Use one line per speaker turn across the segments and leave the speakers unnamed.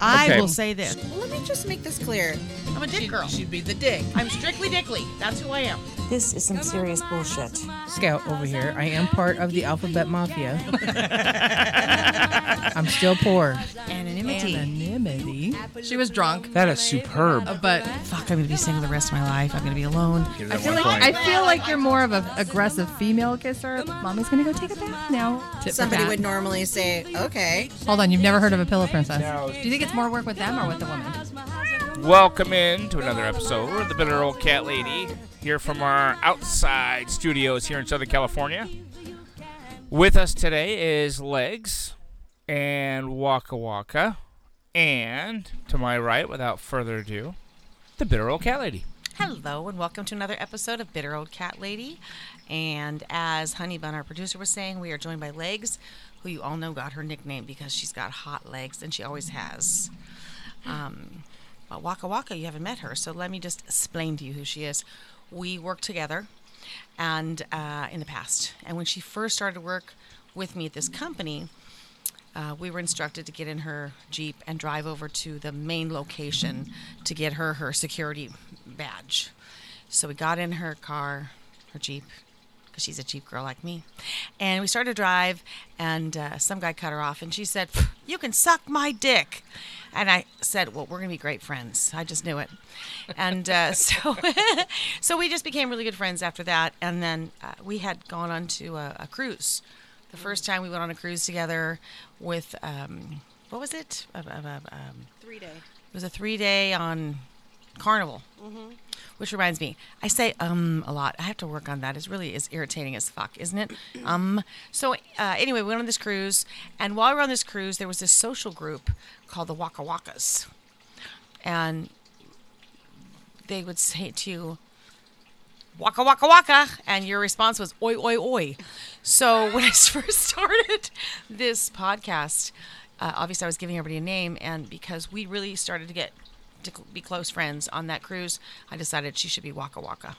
I
Okay.
will say this.
Let me just make this clear.
I'm a dick
She'd,
girl.
she'd be the dick.
I'm strictly dickly. That's who I am.
This is some serious bullshit.
Scout over here. I am part of the Alphabet Mafia. I'm still poor.
Anonymity.
Anonymity.
She was drunk,
That is superb.
uh, but
Fuck, I'm gonna be single the rest of my life. I'm gonna be alone.
Get it
I
at
feel
one
like
point.
I feel like you're more of an aggressive female kisser. Mommy's gonna go take a bath now. Tip for
somebody
tat.
would normally say, "Okay."
Hold on, you've never heard of a pillow princess. Do you think it's more work with them or with the woman?
Welcome in to another episode of the Bitter Old Cat Lady, here from our outside studios here in Southern California. With us today is Legs and Waka Waka, and to my right, without further ado, the Bitter Old Cat Lady.
Hello and welcome to another episode of Bitter Old Cat Lady. And as Honey Bun, our producer, was saying, we are joined by Legs, who you all know got her nickname because she's got hot legs and she always has. Um, but Waka Waka, you haven't met her, so let me just explain to you who she is. We worked together, and uh, in the past, and when she first started work with me at this company, uh, we were instructed to get in her jeep and drive over to the main location to get her her security badge. So we got in her car, her jeep, because she's a jeep girl like me, and we started to drive. And uh, some guy cut her off, and she said, "You can suck my dick." And I said, "Well, we're gonna be great friends." I just knew it, and uh, so so we just became really good friends after that. And then uh, we had gone on to a, a cruise. The first time we went on a cruise together with um, what was it? Um, um, um, um,
Three day.
it was a three day on Carnival, which reminds me, I say um a lot. I have to work on that. It really is irritating as fuck, isn't it? Um. So uh, anyway, we went on this cruise, and while we were on this cruise, there was this social group called the Waka Wakas, and they would say to you, waka waka waka and your response was oi oi oi so when i first started this podcast uh, obviously i was giving everybody a name and because we really started to get to cl- be close friends on that cruise i decided she should be waka waka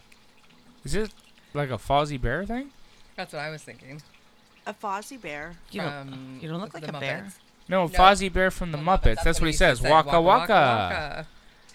Is this like a Fozzie Bear thing?
That's what I was thinking.
A Fozzie Bear.
you don't, you don't look like a bear
No, Fozzie Bear from the Muppets. That's, what he says. Waka Waka.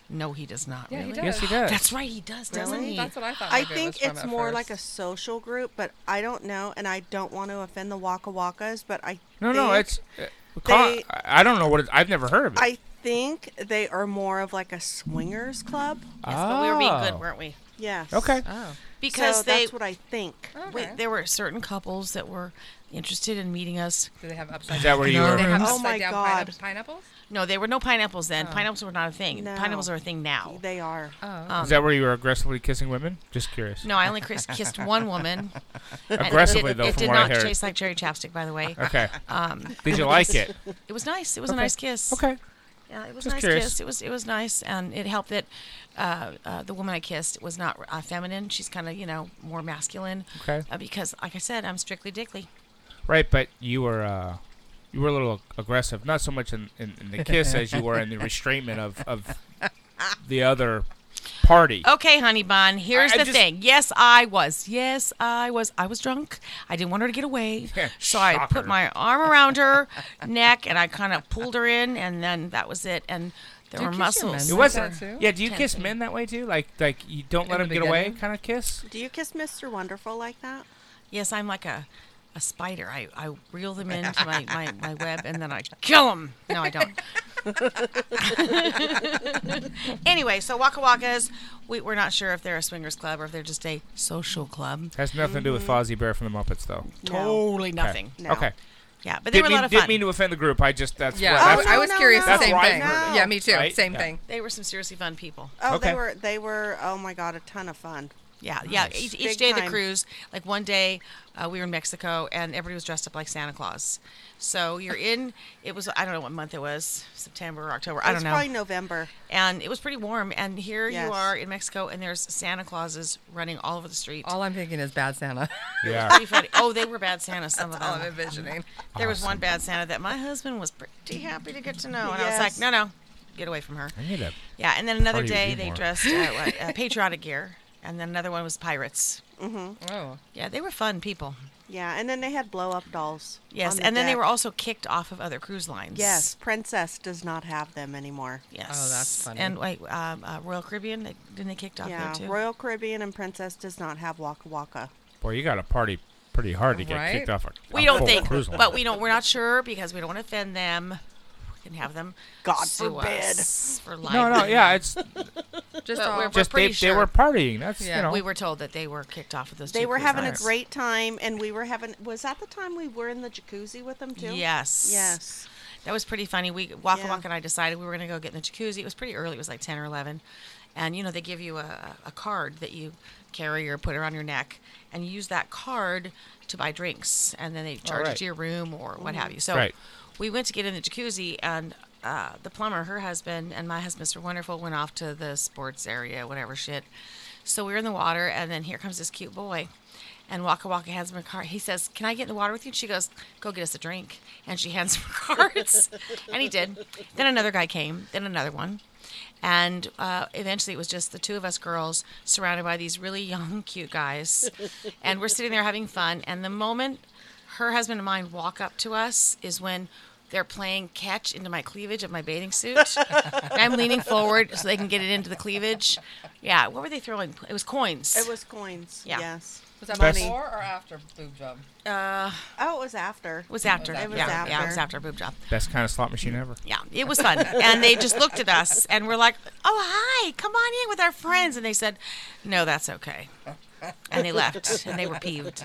no he does not
Yeah, he
really
does.
Yes, he does.
that's right he does doesn't
Really?
he
That's what I thought.
I think it's more like a social group, but I don't know, and I don't want to offend the Waka Wakas, but I
No, no,
think-
it's. Uh, con-
they-
I- I don't know what it, I've never heard of it.
I think they are more of like a swingers club.
yes, but we were being good
Oh.
weren't we
Yes.
Okay.
Oh.
because
so
they
that's what I think.
we- there were certain couples that were interested in meeting us
Do they have upside?
Is that where you
No.
were?
They have
Oh
upside
my
down
God.
pineapp- pineapples?
no there were no pineapples then pineapples were not a thing
No.
pineapples are a thing now
They are.
Oh.
Is that where you were aggressively kissing women? Just curious.
No, I only kissed, kissed one woman. And
Aggressively,
it did,
though,
It
from
did
what I
not
heard.
taste like cherry chapstick, by the way.
Okay. Did you like it?
It was nice. It was a nice kiss.
Okay.
Yeah, it was a
Just
nice
curious.
kiss. It was it was nice, and it helped that uh, uh, the woman I kissed was not uh, feminine. She's kind of you know more masculine.
Okay.
Uh, because, like I said, I'm strictly dickly.
Right, but you were uh, you were a little aggressive, not so much in, in, in the kiss as you were in the restraintment of, of the other party.
Okay, honey bun. Here's
I
the
just-
thing. Yes, I was. Yes, I was. I was drunk. I didn't want her to get away,
Yeah,
so I
shocker.
put my arm around her neck and I kind of pulled her in, and then that was it. And there
Do you
were
kiss your
muscles.
It
Like
wasn't.
that too?
Yeah. Do you kiss
Tensing.
men that way too? Like like you don't let
the
them get away,
beginning?
kind of kiss.
Do you kiss Mr. Wonderful like that?
Yes, I'm like a, a spider. I, I reel them into my, my, my web and then I kill them. No, I don't. anyway, so Waka Wakas, we, we're not sure if they're a swingers club or if they're just a social club.
Has nothing to do with Fozzie Bear from the Muppets, though.
No.
Totally nothing.
No.
Okay.
Yeah, but they were
Didn't
a lot
mean,
of fun.
didn't mean to offend the group. I just that's
Yeah,
what-
I,
that's-
Oh,
was- I
no,
was
no,
curious.
no.
Same
That's where I
thing.
heard it.
Yeah, me too.
Right?
Same
Yeah.
thing.
they were some seriously fun people.
Oh,
Okay.
they were. They were. Oh my God, a ton of fun.
Yeah, yeah. Each, each
Big
day of the
time.
cruise, like one day, uh, we were in Mexico and everybody was dressed up like Santa Claus. So you're in. It was I don't know what month it was, September or October. I
It was
don't know.
probably November.
and it was pretty warm. And here you
Yes.
are in Mexico, and there's Santa Clauses running all over the street.
All I'm thinking is bad Santa.
yeah.
Pretty funny. Oh, they were bad Santa. Some of
All I'm
them.
envisioning.
There was one bad Santa that my husband was pretty happy to get to know, and I was like,
Yes.
no, no, get away from her.
I need a
Yeah, and then another
Party with
day
you
they
more.
dressed uh, what, uh, patriotic gear, and then another one was pirates.
Oh.
Yeah, they were fun people.
Yeah, and then they had blow up dolls.
Yes,
on the
and then they
deck.
were also kicked off of other cruise lines.
Yes, Princess does not have them anymore.
Yes.
Oh, that's funny.
And wait, um, uh, Royal Caribbean, they, didn't they kicked off
yeah,
there too?
Royal Caribbean and Princess does not have Waka Waka.
Boy, you got to party pretty hard to get
Right?
kicked off a
we
a
don't
full
think,
cruise line.
but we don't. We're not sure because we don't want to offend them. We can have them.
God
sue
forbid.
us for life.
No, no, yeah, it's
Just, but we're, we're
just they,
pretty
they
sure.
were partying. That's you
Yeah.
know.
we were told that they were kicked off of those.
They
two
were
cruise
having a
lines.
great time, and we were having. Was that the time we were in the jacuzzi with them too?
Yes.
Yes.
That was pretty funny. We Waka
Yeah.
Waka and I decided we were going to go get in the jacuzzi. It was pretty early. It was like ten or eleven, and you know they give you a, a card that you carry or put around your neck, and you use that card to buy drinks, and then they charge
right.
it to your room or what have you. So
Right.
we went to get in the jacuzzi, and uh, the plumber, her husband, and my husband, Mr. Wonderful, went off to the sports area, whatever shit. So we were in the water, and then here comes this cute boy. And Waka Waka hands him a card. He says, Can I get in the water with you? And she goes, Go get us a drink. And she hands him cards. and he did. Then another guy came, then another one. And uh, eventually it was just the two of us girls surrounded by these really young, cute guys. and we're sitting there having fun. And the moment her husband and mine walk up to us is when they're playing catch into my cleavage of my bathing suit. And I'm leaning forward so they can get it into the cleavage. Yeah, what were they throwing? It was coins.
It was coins.
Yeah.
Yes.
Was that
That's-
before or after boob job?
Oh, it was after.
It was after.
It was
yeah, yeah, it was
after.
after boob job.
Best kind of slot machine ever.
Yeah, it was fun. and they just looked at us and we're like, "Oh, hi. Come on in with our friends." And they said, "No, that's okay." And they left and they were peeved.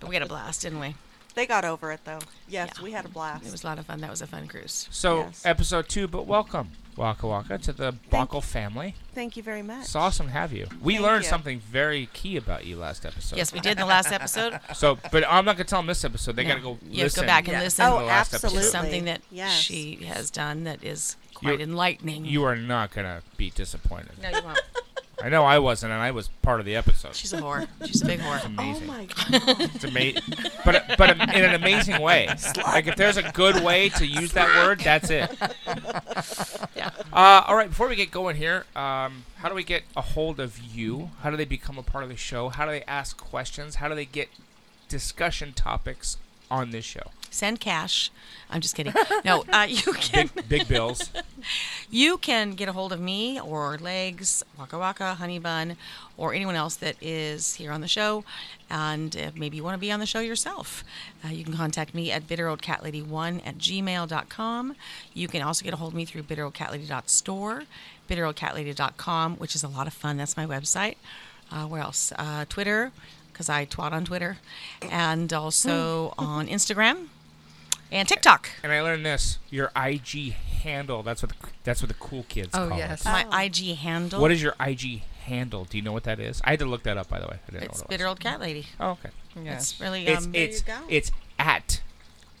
But we had a blast, didn't we?
They got over it though. Yes,
Yeah.
we had a blast.
It was a lot of fun. That was a fun cruise.
So
Yes.
episode two, but welcome Waka Waka to the Buckle family.
Thank you very much.
It's awesome to have you. We
Thank
learned
you.
something very key about you last episode.
Yes, we did in the last episode.
So, but I'm not gonna tell them this episode. They
No.
gotta go.
You have to
listen.
go back and
Yeah.
listen.
Oh,
the last episode.
absolutely.
It's something that
yes.
she has done that is quite
You're-
enlightening.
You are not gonna be disappointed.
no, you won't.
I know I wasn't, and I was part of the episode.
She's a whore. She's a big whore.
Oh
amazing.
my god.
It's amazing, but but in an amazing way. Like if there's a good way to use that word, that's it.
Yeah.
Uh, all right. Before we get going here, um, how do we get a hold of you? How do they become a part of the show? How do they ask questions? How do they get discussion topics on this show?
Send cash. I'm just kidding. No, uh, you can
Big big bills.
you can get a hold of me or Legs, Waka Waka, Honey Bun, or anyone else that is here on the show. And if maybe you want to be on the show yourself, uh, you can contact me at bitteroldcatlady1 at gmail.com. You can also get a hold of me through bitteroldcatlady.store, bitteroldcatlady.com, which is a lot of fun. That's my website. Uh, where else? Uh, Twitter, because I twat on Twitter, and also
Hmm.
on Instagram and TikTok.
And I learned this: your IG handle. That's what the, that's what the cool kids
Oh,
call
yes.
it.
My IG handle.
What is your IG handle? Do you know what that is? I had to look that up, by the way. I didn't
It's
know what it
bitter
was.
old cat lady.
Oh, okay.
It's really
It's
um,
it's
go.
it's at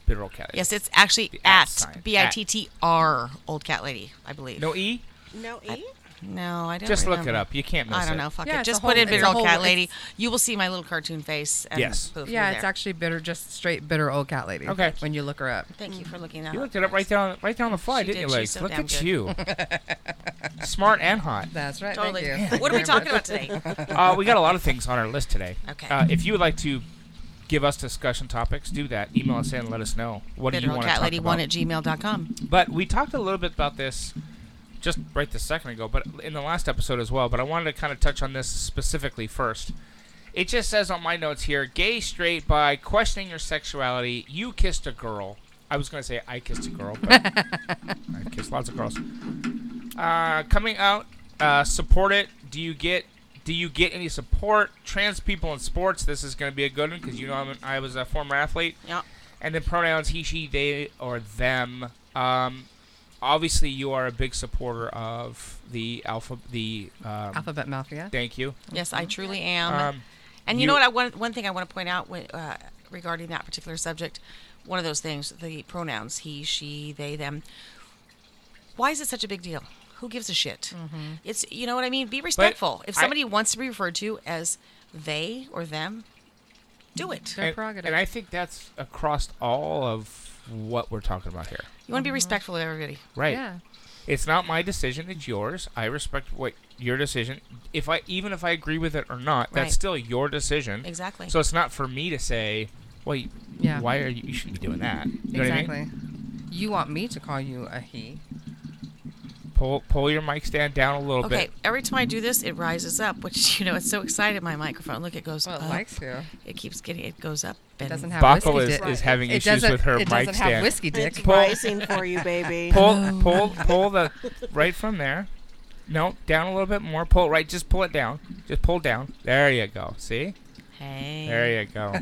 bitter old cat. Lady.
yes, it's actually
The at
at
sign. At.
b i t t r old cat lady, I believe.
No e.
No E?
no, I don't.
Just look it
remember.
up. You can't miss
I
it.
don't know. Fuck
Yeah,
it.
it's a
Just
whole-
put in
it's
bitter
a
old
whole-
cat
it's-
lady. You will see my little cartoon face. And
Yes.
poof,
Yeah,
you're
it's
there.
actually bitter, just straight bitter old cat lady.
Okay.
When you look her up.
Thank you for looking that
You
up.
looked it up right down right down the fly,
She did.
didn't you,
She's
Legs?
so
Look
damn
at
good.
you, smart and hot.
That's right.
Totally.
Thank you.
What are we talking about today?
Uh, we got a lot of things on our list today.
Okay.
Uh, if you would like to give us discussion topics, do that. Email us in and let us know what do
bitter
you
old
want to
cat
talk
lady
about.
one at gmail.com.
But we talked a little bit about this just right this second ago, but in the last episode as well. But I wanted to kind of touch on this specifically first. It just says on my notes here gay, straight, by questioning your sexuality. You kissed a girl. I was going to say I kissed a girl, but I kissed lots of girls. Uh, coming out, uh, support it. Do you get. Do you get any support? Trans people in sports. This is going to be a good one because you know I'm, I was a former athlete
Yeah.
and then pronouns he, she, they, or them. Um, obviously, you are a big supporter of the alpha. The um,
Alphabet Mafia.
Thank you.
Yes, I truly am.
Um,
and you,
you-
know what? I want one thing I want to point out wi- uh, regarding that particular subject. One of those things, the pronouns he, she, they, them. Why is it such a big deal? Who gives a shit? It's you know what I mean. Be respectful. if
I-
somebody wants to be referred to as they or them, do it.
Their
and,
prerogative.
and I think that's across all of what we're talking about here.
You want to be respectful of everybody.
Right.
Yeah.
It's not my decision. It's yours. I respect what your decision. If I even if I agree with it or not, that's
Right.
still your decision.
Exactly.
So it's not for me to say, well, you,
Yeah.
why are you? You shouldn't be doing that. You know what I mean?
exactly. You want me to call you a he?
Pull pull your mic stand down a little
okay,
bit.
every time I do this, it rises up, which you know it's so excited my microphone. Look, it goes
Well, it
Uh,
up.
likes you.
It keeps getting. It goes up.
It
And
doesn't have
Bockel
whiskey
is,
dick.
is having
It
issues
doesn't-
with her
it
mic
doesn't
stand.
have whiskey
It's
dick.
rising for you, baby.
Pull pull pull the right from there. No, down a little bit more. Pull it right. Just pull it down. Just pull down. There you go. See?
Hey.
There you go.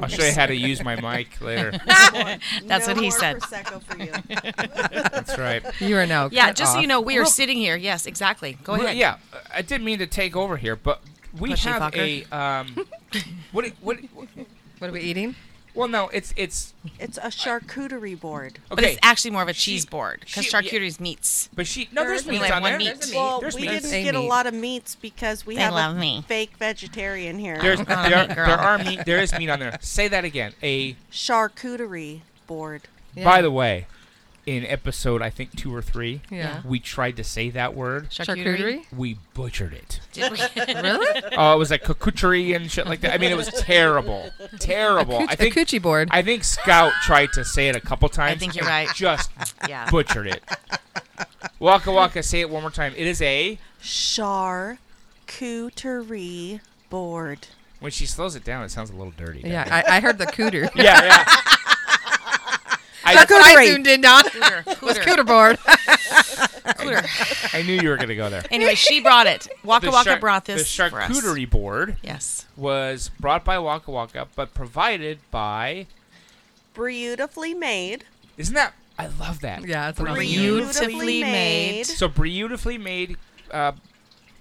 I'll show you how to use my mic later.
That's
No
what he
more
said.
Prosecco for you.
That's right.
You are now.
Yeah,
cut
just so
off.
you know, we are sitting here. Yes, exactly. Go
Well,
ahead.
Yeah, I didn't mean to take over here, but we
Oh, Pussy
have
fucker.
a um. what, it- what? it-
What are we eating?
Well, no, it's it's
It's a charcuterie board.
But
okay.
it's actually more of a cheese board because
she- yeah.
charcuterie's meats.
but she no, there's
We
meat
like
on
one
there.
meat.
There's,
Well,
there's
we
meat.
didn't
Say
get a
meat.
lot of meats because we
They
have
love
a
me.
fake vegetarian here.
There's-
Not a
there,
meat
there
girl.
are meat. There is meat on there. Say that again. A
charcuterie board.
by the way, in episode I think two or three,
Yeah.
we tried to say that word.
Charcuterie.
We butchered it.
Did we?
really?
Oh, it was like charcuterie and shit like that. I mean, it was terrible, terrible. I
Cooch-
think
a coochie board.
I think Scout tried to say it a couple times.
think you're
and
right.
Just
yeah.
butchered it. Waka Waka, say it one more time. It is a.
Charcuterie board.
When she slows it down, it sounds a little dirty. doesn't
yeah,
it?
I, I heard the cooter.
yeah, yeah.
That's
I,
what I zoomed in on.
Cooter.
Was
Cooter.
cooter board.
Cooter.
I knew you were gonna go there.
Anyway, she brought it. Waka
The
Waka
char-
brought this
The
for us.
charcuterie board
Yes.
was brought by Waka Waka, but provided by.
Beautifully made.
Isn't that? I love that.
yeah, it's an awesome
Reunion.
name.
Beautifully made.
So beautifully made, uh,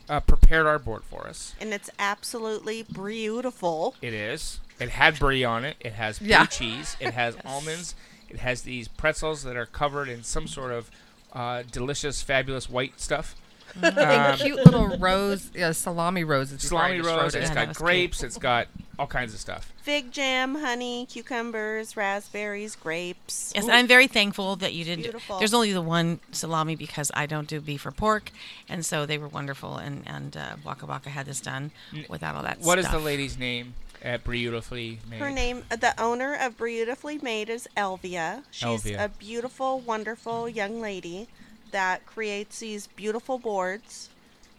uh, prepared our board for us.
And it's absolutely beautiful.
It is. It had brie on it. It has blue
Yeah.
cheese. It has almonds. It has these pretzels that are covered in some sort of uh, delicious, fabulous white stuff.
Um,
And cute little rose, uh, salami roses. before I
Salami
just
rose.
wrote
It's
it.
Yeah, that
got
was
grapes. It's got all kinds of stuff.
Fig jam, honey, cucumbers, raspberries, grapes.
Yes, and I'm very thankful that you didn't.
Beautiful.
There's only the one salami because I don't do beef or pork, and so they were wonderful. And and uh, Waka Waka had this done without all that.
What is
stuff.
the lady's name at Beautifully Made?
Her name, the owner of Beautifully Made is Elvia. She's
Elvia.
a beautiful, wonderful young lady that creates these beautiful boards.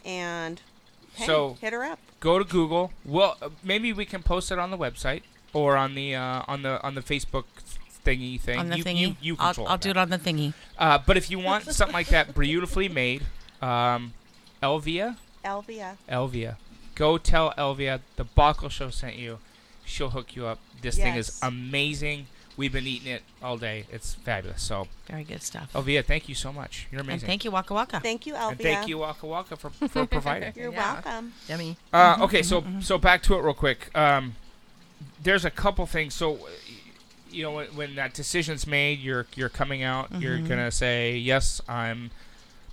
And hey,
So-
hit her up.
Go to Google. Well, uh, maybe we can post it on the website or on the uh, on the on the Facebook thingy thing.
on the
you,
thingy?
You, you
I'll,
control
I'll do it on the thingy.
Uh, but if you want something like that, Beautifully Made, um, Elvia.
Elvia.
Elvia. Go tell Elvia the Buckle Show sent you. She'll hook you up. This thing is
Yes.
amazing. We've been eating it all day. It's fabulous. So,
Very good stuff.
Elvia, thank you so much. You're amazing.
and thank you, Waka Waka.
Thank you, Elvia.
Ah, And thank you, Waka Waka, for, for providing.
You're
Yeah.
welcome.
Yummy.
Uh, okay, so so back to it real quick. Um, there's a couple things. So, uh, you know, when, when that decision's made, you're you're coming out. You're gonna say yes, I'm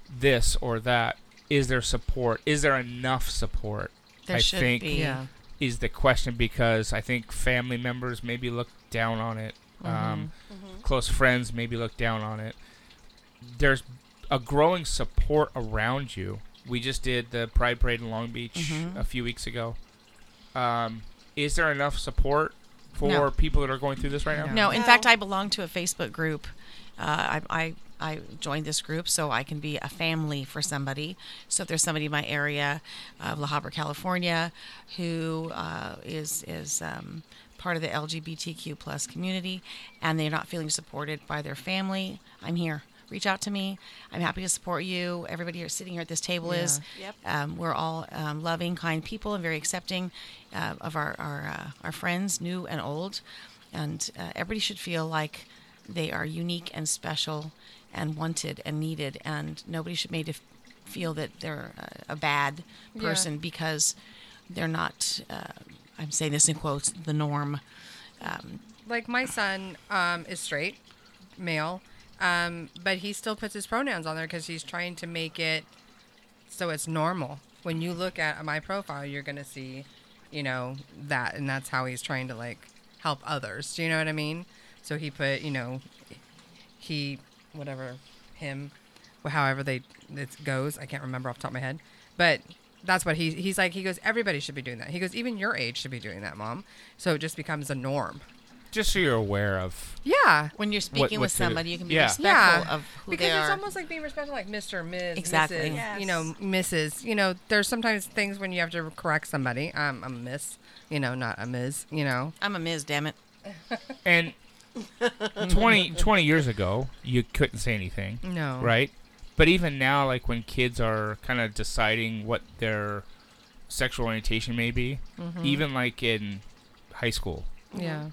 this or that. Is there support? Is there enough support?
there
I
should
think-
be.
Yeah.
is the question because I think family members maybe look down on it. Um, Close friends maybe look down on it. There's a growing support around you. We just did the Pride Parade in Long Beach
Mm-hmm.
a few weeks ago. Um, is there enough support for
No.
people that are going through this right now?
No, in
No.
fact, I belong to a Facebook group. Uh, I, I I joined this group so I can be a family for somebody. So if there's somebody in my area of La Habra, California, who uh, is is um, part of the LGBTQ plus community, and they're not feeling supported by their family, I'm here. Reach out to me. I'm happy to support you. Everybody here sitting here at this table is.
Yep.
Um, we're all um, loving, kind people, and very accepting uh, of our our, uh, our friends, new and old, and uh, everybody should feel like they are unique and special, and wanted and needed, and nobody should made to f- feel that they're uh, a bad person because they're not. Uh, I'm saying this in quotes. The norm.
Like my son um, is straight, male, um, but he still puts his pronouns on there because he's trying to make it so it's normal. When you look at my profile, you're gonna see, you know, that, and that's how he's trying to like help others. Do you know what I mean? So he put, you know, he, whatever, him, wh- however they it goes. I can't remember off the top of my head. But that's what he he's like. He goes, everybody should be doing that. He goes, even your age should be doing that, mom. So it just becomes a norm.
Just so you're aware of.
Yeah.
When you're speaking
what
with
to do.
somebody, you can be
Yeah.
respectful of who
because
they
it's
are.
almost like being respectful, like Mister, Miss,
Exactly.
Mrs.,
Yes.
You know, Mrs. You know, there's sometimes things when you have to correct somebody. Um, a Miss, you know, not a Ms. You know,
I'm a Ms. Damn it.
And 20, 20 years ago, you couldn't say anything.
No.
Right? But even now, like when kids are kind of deciding what their sexual orientation may be,
Mm-hmm.
even like in high school,
yeah,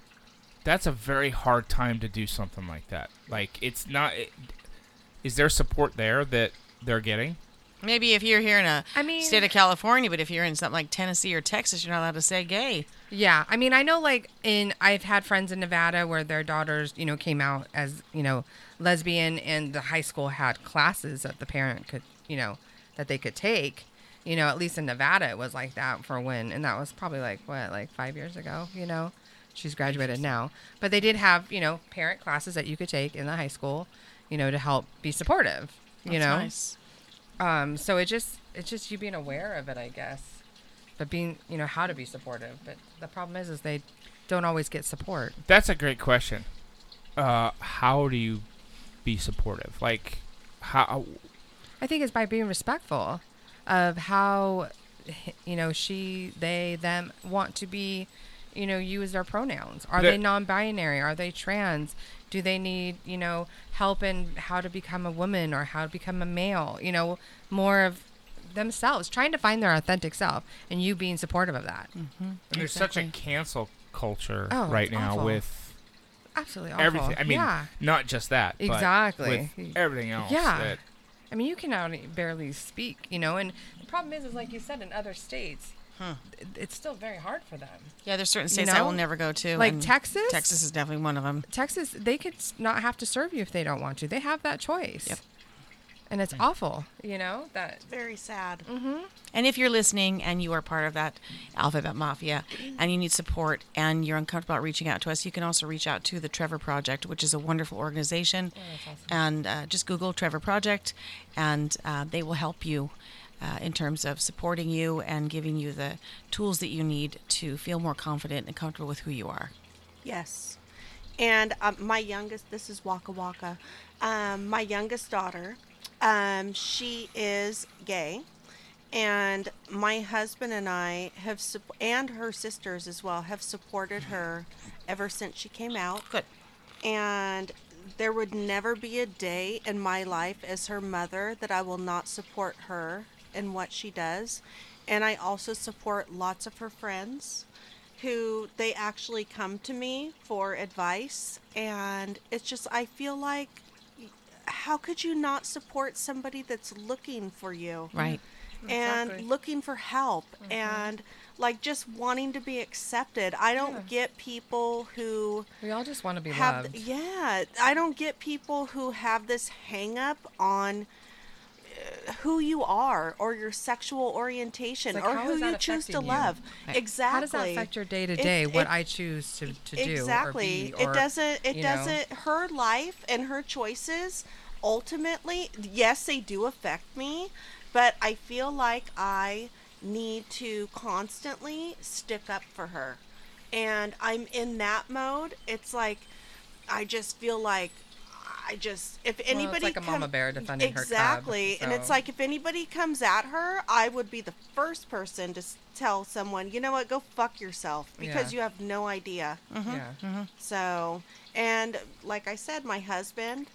that's a very hard time to do something like that. Like, it's not. It, is there support there that they're getting?
Maybe if you're here in a
I mean-
state of California, but if you're in something like Tennessee or Texas, you're not allowed to say gay.
yeah. I mean, I know, like in I've had friends in Nevada where their daughters, you know, came out as you know lesbian, and the high school had classes that the parent could, you know, that they could take. You know, at least in Nevada, it was like that for when, and that was probably like what, like five years ago. You know, she's graduated now, but they did have you know parent classes that you could take in the high school, you know, to help be supportive. You
That's
know,
nice.
Um, so it just it's just you being aware of it, I guess. But being you know how to be supportive. But the problem is, is they don't always get support.
That's a great question. Uh, how do you be supportive? Like, how?
I think it's by being respectful of how you know she, they, them want to be. You know, use their pronouns. Are
The-
they non-binary? Are they trans? Do they need you know help in how to become a woman or how to become a male? You know, more of themselves trying to find their authentic self and you being supportive of that.
And there's such a cancel culture
Oh,
right
it's
now
awful.
with
absolutely awful.
everything. I mean, oh,
yeah,
not just that. but
Exactly.
with everything else.
yeah.
that-
I mean, you can only barely speak, you know. And the problem is, is like you said, in other states, th- it's still very hard for them.
Yeah, there's certain states I
know?
will never go to.
Like
and
Texas?
Texas is definitely one of them.
Texas, they could s- not have to serve you if they don't want to. They have that choice.
Yep.
And
Hmm.
it's awful, you know. That
Very sad.
And if you're listening and you are part of that Alphabet Mafia and you need support and you're uncomfortable about reaching out to us, you can also reach out to the Trevor Project, which is a wonderful organization.
Oh,
And uh, just Google Trevor Project and uh, they will help you. Uh, in terms of supporting you and giving you the tools that you need to feel more confident and comfortable with who you are.
Yes. And um, my youngest, this is Waka Waka, um, my youngest daughter, um, she is gay. And my husband and I have, sup- and her sisters as well, have supported her ever since she came out.
Good.
And there would never be a day in my life as her mother that I will not support her in what she does. And I also support lots of her friends who they actually come to me for advice. And it's just, I feel like, how could you not support somebody that's looking for you?
Right.
and looking for help and like just wanting to be accepted. I don't get people who
we all just want to be
have
loved.
yeah, I don't get people who have this hang up on uh, who you are or your sexual orientation
like,
or
how
who
is that
you choose to
affecting you?
love.
Right.
Exactly.
How does that affect your day to
It-
day? What
it-
I choose to, to do. or
exactly
be, or,
it doesn't it
you know?
doesn't her life and her choices ultimately yes they do affect me but i feel like i need to constantly stick up for her and i'm in that mode it's like i just feel like I just if
it's
anybody
like a
come-
mama bear defending her cub,
exactly, and it's
so.
like if anybody comes at her, I would be the first person to s- tell someone, you know what, go fuck yourself because
Yeah.
you have no idea.
Mm-hmm.
Yeah.
So, and like I said, my husband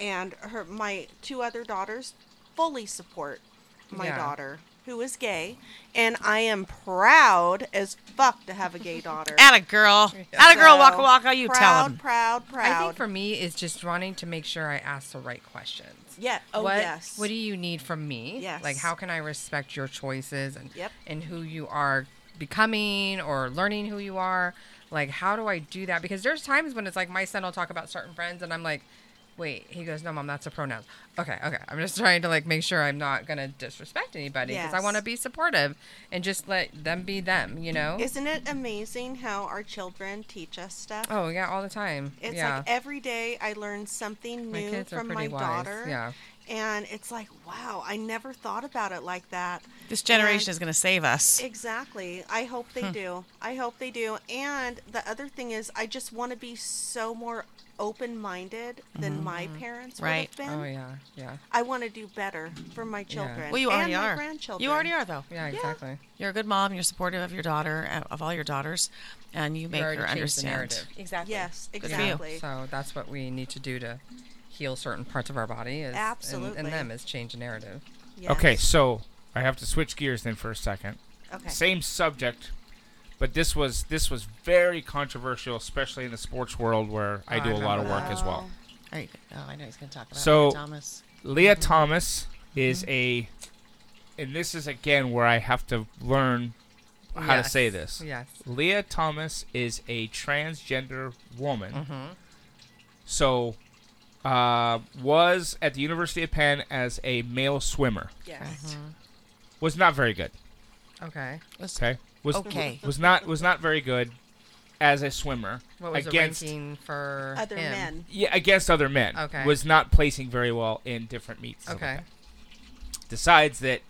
and her, my two other daughters fully support my
Yeah.
daughter who is gay, and I am proud as fuck to have a gay daughter.
Atta girl. Atta girl,
So,
Waka Waka, you
proud,
tell them.
Proud, proud,
I think for me, it's just wanting to make sure I ask the right questions.
yeah. Oh
what,
yes.
What do you need from me?
Yes.
Like, how can I respect your choices and
Yep.
and who you are becoming or learning who you are? Like, how do I do that? Because there's times when it's like my son will talk about certain friends, and I'm like, wait. He goes, no, mom, that's a pronoun. Okay, okay. I'm just trying to like make sure I'm not gonna disrespect anybody because I
Yes.
want to be supportive and just let them be them. You know?
Isn't it amazing how our children teach us stuff?
oh yeah, all the time.
It's
yeah.
like every day I learn something
My
new
kids are
from my
pretty wise,
daughter.
yeah.
And it's like, wow, I never thought about it like that.
This generation
And-
is going to save us.
Exactly. I hope they do. I hope they do. And the other thing is, I just want to be so more open minded than my parents
Right.
would have been.
Oh yeah, yeah,
I want to do better for my children.
Well, you already
and my
are.
Grandchildren.
You already are, though.
yeah, exactly.
You're a good mom. You're supportive of your daughter, uh, of all your daughters, and you make
already
her
changed the
understand.
narrative.
Exactly.
Yes,
Good for you.
exactly.
So that's what we need to do to heal certain parts of our body. Is, and- And,
Absolutely.
them is change a narrative.
Yes.
Okay, so I have to switch gears then for a second.
Okay.
Same subject, but this was this was very controversial, especially in the sports world where I
Oh, I
do a lot of
remember
work as well.
Are you, oh, I know he's going to talk about
So-
Leah Thomas.
Mm-hmm.
Leah Thomas is a, and this is again where I have to learn how to
Yes.
say this.
Yes.
Leah Thomas is a transgender woman.
Mm-hmm.
So, uh, was at the University of Penn as a male swimmer.
Yes.
Was not very good.
Okay.
Okay. Was
Okay.
was not was not very good as a swimmer
What was
against
the ranking for
Other
him?
men.
yeah against other men.
Okay.
Was not placing very well in different meets. and stuff like
Okay.
that. Decides that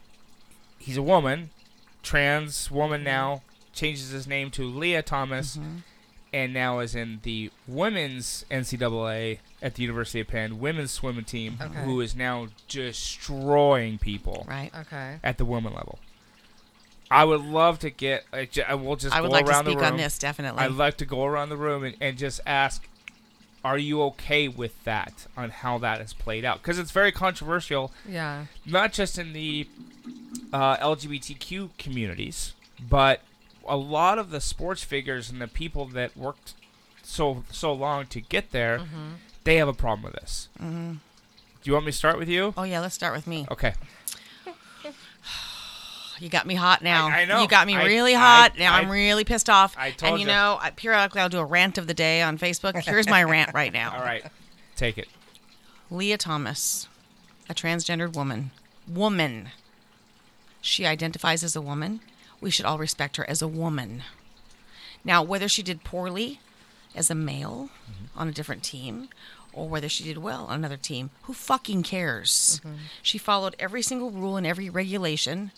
he's a woman, trans woman
Mm-hmm.
now. Changes his name to Leah Thomas, and now is in the women's NCAA at the University of Penn women's swimming team,
Okay.
who is now destroying people
Right.
Okay.
at the woman level. I would love to get. I ju- I will just.
I would
go
like to
around
speak
the room.
on this, definitely.
I'd like to go around the room and, and just ask, are you okay with that on how that has played out? Because it's very controversial,
Yeah.
not just in the uh, LGBTQ communities, but a lot of the sports figures and the people that worked so so long to get there,
Mm-hmm.
they have a problem with this. Do you want me to start with you?
oh, yeah, let's start with me.
Okay.
You got me hot now.
I know.
You got me
I-
really
I-
hot. now
I-
I, am really pissed off.
I told
And you
ya.
know, I, periodically I'll do a rant of the day on Facebook. Here's my rant right now.
All right. Take it.
Leah Thomas, a transgendered woman. Woman. She identifies as a woman. We should all respect her as a woman. Now, whether she did poorly as a male on a different team or whether she did well on another team, who fucking cares? She followed every single rule and every regulation.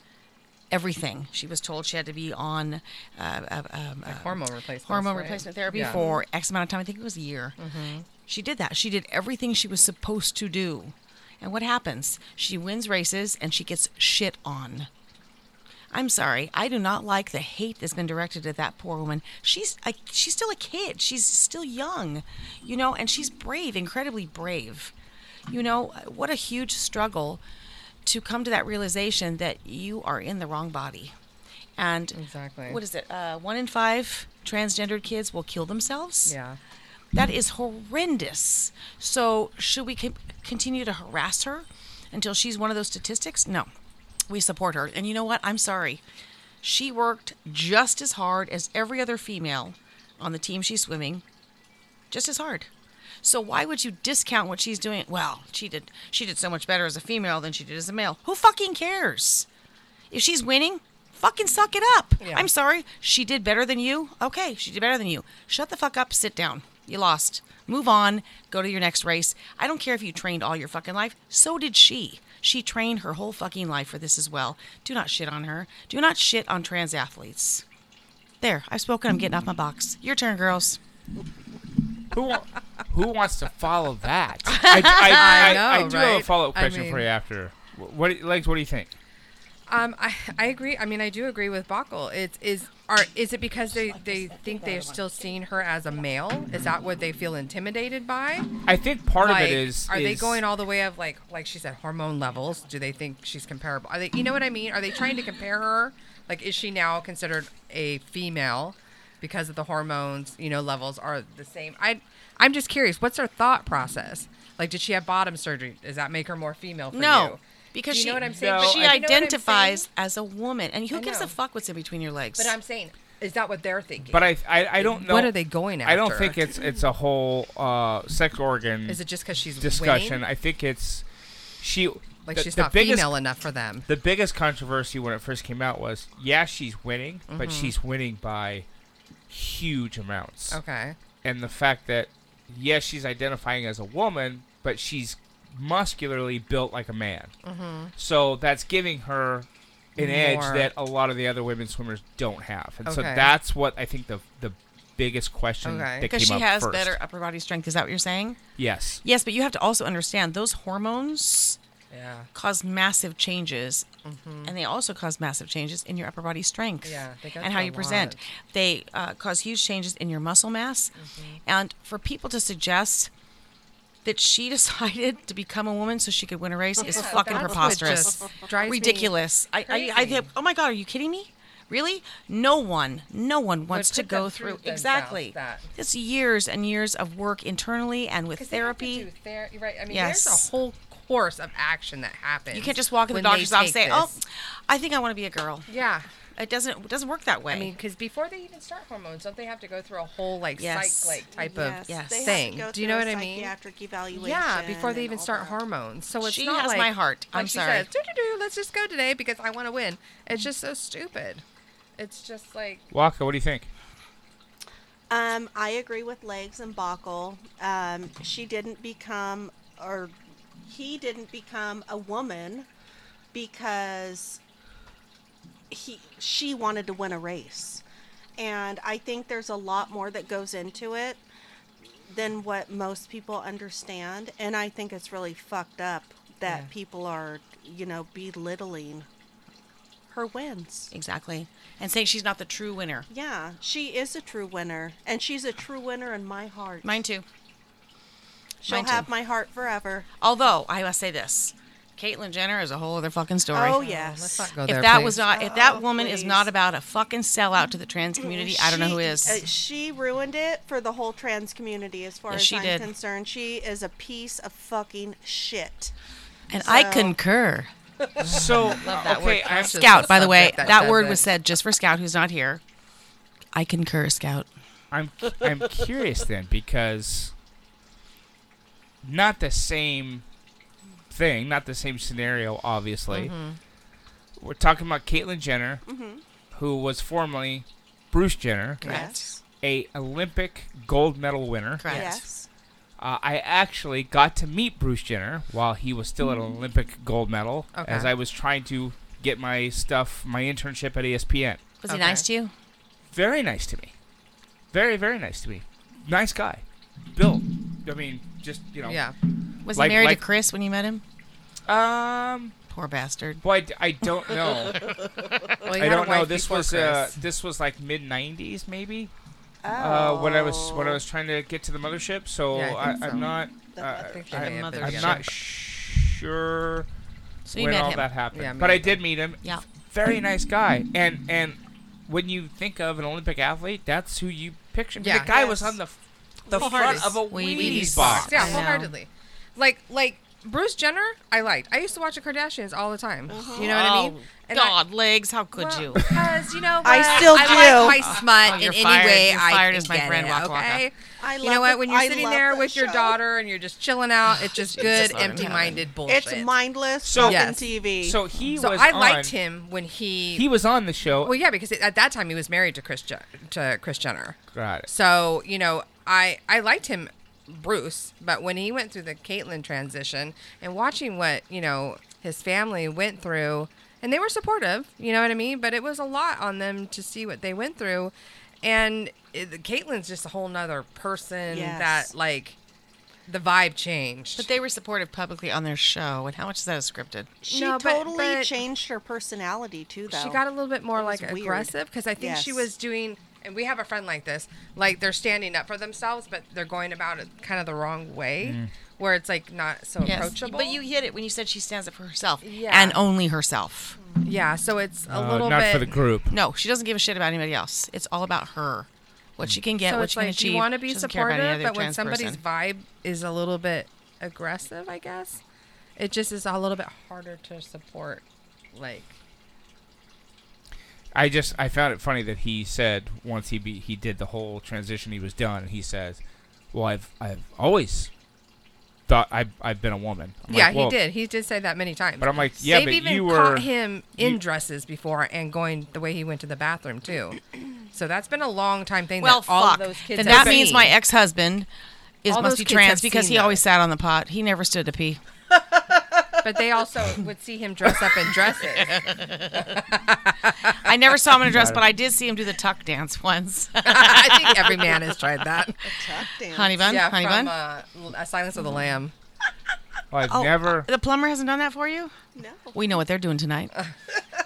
Everything. She was told she had to be on uh, uh, um, uh,
Hormone replacement.
hormone replacement therapy
yeah. Mm-hmm.
for X amount of time. I think it was a year. She did that. She did everything she was supposed to do. And what happens? She wins races and she gets shit on. I'm sorry. I do not like the hate that's been directed at that poor woman. She's a, she's still a kid. She's still young, you know, and she's brave, incredibly brave. You know, what a huge struggle to come to that realization that you are in the wrong body. And
Exactly.
what is it? Uh, one in five transgendered kids will kill themselves.
Yeah.
That is horrendous. So, should we co- continue to harass her until she's one of those statistics? No. We support her. And you know what? I'm sorry. She worked just as hard as every other female on the team she's swimming, just as hard. So why would you discount what she's doing? Well, she did she did so much better as a female than she did as a male. Who fucking cares? If she's winning, fucking suck it up.
Yeah.
I'm sorry. She did better than you. Okay, she did better than you. Shut the fuck up, sit down. You lost. Move on. Go to your next race. I don't care if you trained all your fucking life. So did she. She trained her whole fucking life for this as well. Do not shit on her. Do not shit on trans athletes. There, I've spoken. I'm getting off my box. Your turn, girls.
Who wa- who wants to follow that? I, I, I,
I
I
know,
do have a
right?
follow up
I
question
mean-
for you after. Wh- What do you- Legs? What do you think?
Um, I, I agree. I mean, I do agree with Bockel. It's is are is it because they they think they're still seeing her as a male? Is that what they feel intimidated by?
I think part
like,
of it is
are they
is-
going all the way of like like she said hormone levels? Do they think she's comparable? Are they you know what I mean? Are they trying to compare her? Like, is she now considered a female because of the hormones? You know, levels are the same. I I'm just curious. What's her thought process? Like, did she have bottom surgery? Does that make her more female? For
no,
you?
because
Do you
she
know what I'm saying?
No,
But
she
you know what I'm saying?
identifies as a woman, and who
I
gives
know.
a fuck what's in between your legs?
But I'm saying, is that what they're thinking?
But I, I I don't know.
What are they going
I don't
after?
think it's it's a whole uh, sex organ
is it just because she's
discussion.
Winning?
I think it's she
Like
the,
she's
the
not
biggest,
female enough for them.
The biggest controversy when it first came out was yeah she's winning,
Mm-hmm.
but she's winning by huge amounts.
Okay.
and the fact that yes, she's identifying as a woman, but she's muscularly built like a man. So that's giving her an edge
Mm-hmm. More.
that a lot of the other women swimmers don't have. And so
Okay.
that's what I think the the biggest question
Okay.
that came
Because she
up
has
first.
better upper body strength. Is that what you're saying?
Yes.
Yes, but you have to also understand those hormones
Yeah.
cause massive changes, and they also cause massive changes in your upper body strength
Yeah, they got
and how
a
you present.
lot. Mm-hmm.
They uh, cause huge changes in your muscle mass, and for people to suggest that she decided to become a woman so she could win a race is fucking
that's what
preposterous,
just drives me
ridiculous. I, I, I
crazy.
think, oh my god, are you kidding me? Really? No one, no one wants to
put them
go
through
through,
themselves
exactly.
that.
It's years and years of work internally and with
'Cause they have to
therapy.
do ther- right. I mean, there's
Yes.
a whole course of action that happens.
You can't just walk in the
when they
doctor's office and say,
take
"Oh,
this.
I think I want to be a girl."
yeah."
It doesn't it doesn't work that way.
I mean, because before they even start hormones, don't they have to go through a whole like
Yes.
psych like type
yes.
of
They have to
thing?
go
Do you
through
know
a
what I mean?
Psychiatric evaluation.
Yeah, before they
and
even
all
start
that.
hormones. So it's
She
not
has
like,
my heart.
like
I'm
she
sorry.
Says, "Doo-doo-doo, let's just go today because I want to win. It's just so stupid. It's just like
Waka, what do you think?
Um, I agree with legs and Bockel. Um, she didn't become, or he didn't become a woman because he she wanted to win a race, and I think there's a lot more that goes into it than what most people understand, and I think it's really fucked up that people are, you know, belittling her wins.
exactly. And saying she's not the true winner.
Yeah, she is a true winner, and she's a true winner in my heart.
Mine too.
She'll
mine too.
have my heart forever.
Although I must say this, Caitlyn Jenner is a whole other fucking story.
Oh yes,
not go
If
there,
that
please.
was not, if that
Oh,
woman is
please.
not about a fucking sellout to the
Mm,
trans community, I don't know who
She-
is.
uh, she ruined it for the whole trans community, as far
Yes,
as
she
I'm
did.
concerned. She is a piece of fucking shit.
and I
so-
concur.
So
that
okay,
word,
I'm,
conscious.
Scout, by the
subject
way, that,
that does
word
it.
was said just for Scout, who's not here. I concur, Scout.
I'm I'm curious then because not the same thing, not the same scenario. Obviously,
Mm-hmm.
we're talking about Caitlyn Jenner, who was formerly Bruce Jenner,
Correct.
a Olympic gold medal winner.
Correct.
Yes.
Uh, I actually got to meet Bruce Jenner while he was still an
Mm-hmm.
Olympic gold medal,
Okay.
as I was trying to get my stuff, my internship at E ESPN.
Was he
Okay.
nice to you?
very nice to me. Very, very nice to me. Nice guy. Built. I mean, just you know.
yeah,
Was
Like-
he married
like-
to Chris when you met him?
Um.
Poor bastard.
Boy, I d- I don't know.
well, he
I
had a
don't know.
wife
This
before
was uh,
Chris.
this was like mid '90s, maybe.
Oh.
Uh, when I was when I was trying to get to the mothership, so
Yeah, I
I
think
I,
so.
am not.
The
Uh,
I think they
I,
may have been
mothership.
I'm
together.
not sure
So you
when
met
all
him.
that happened,
Yeah,
but I
maybe.
did meet him.
Yeah.
Very nice guy, and and when you think of an Olympic athlete, that's who you picture.
Yeah.
the guy was on the f- the front
Hardest.
of a
Wheaties
Wheaties
box.
box.
I
Yeah,
know.
wholeheartedly. Like like Bruce Jenner, I liked. I used to watch the Kardashians all the time. You know what I mean?
Oh,
And I-
God, legs, how could
Well,
you?
Because you know, what?
I still do.
like my smut
Oh,
in
you're
any
fired.
way
You're
I
fired
can
as my
get
friend,
it,
Waka Waka.
okay?
I
you know
love
what?
the-
When you're
I
sitting
love
there
that
with your
show.
daughter and you're just chilling out, it's just good,
let him have it.
empty-minded bullshit.
It's mindless
So-
fucking
Yes.
TV.
So he
So
was.
I
on-
liked him when he.
He was on the show.
well, yeah, because at that time he was married to Chris Je- to Chris Jenner.
Got it.
So you know, I I liked him, Bruce, but when he went through the Caitlyn transition and watching what you know his family went through, and they were supportive, you know what I mean. But it was a lot on them to see what they went through, and it, Caitlyn's just a whole nother person
Yes.
that like the vibe changed.
But they were supportive publicly on their show, and how much of that is scripted?
she
No, but-
totally
but-
changed her personality too, though.
she got a little bit more
It was
like
weird.
aggressive because I think she
Yes.
was doing. And we have a friend like this, like they're standing up for themselves, but they're going about it kind of the wrong way,
Mm.
where it's like not so approachable.
But you hit it when you said she stands up for herself
Yeah.
and only herself.
yeah, so it's a
Uh,
little
not
bit.
for the group.
No, she doesn't give a shit about anybody else. It's all about her. What she can get,
So
what
it's
she can
like
achieve.
you want to be
She doesn't care about any
supportive,
other
but when
trans
somebody's
person.
vibe is a little bit aggressive, I guess it just is a little bit harder to support. Like,
I just I found it funny that he said once he be, he did the whole transition he was done and he says, "Well, I've I've always thought I've I've been a woman." I'm
yeah,
like, "Well,"
he did. He did say that many times.
But I'm like, yeah,
They've
but
even
you
caught
were
him in
you-
dresses before and going the way he went to the bathroom too. So that's been a long time thing.
well,
that all
fuck.
of those kids
then
have
that means
seen.
my ex-husband is
All
must
those
be
kids
trans
have
because
seen
he always
those.
sat on the pot. He never stood to pee.
But they also would see him dress up in dresses.
I never saw him in a dress, but I did see him do the tuck dance once.
I think every man has tried that.
Tuck dance.
honey bun,
Yeah,
honey
from
bun.
uh, L- uh, Silence of the Lamb.
I've
Oh,
uh,
never.
the plumber hasn't done that for you.
No.
We know what they're doing tonight.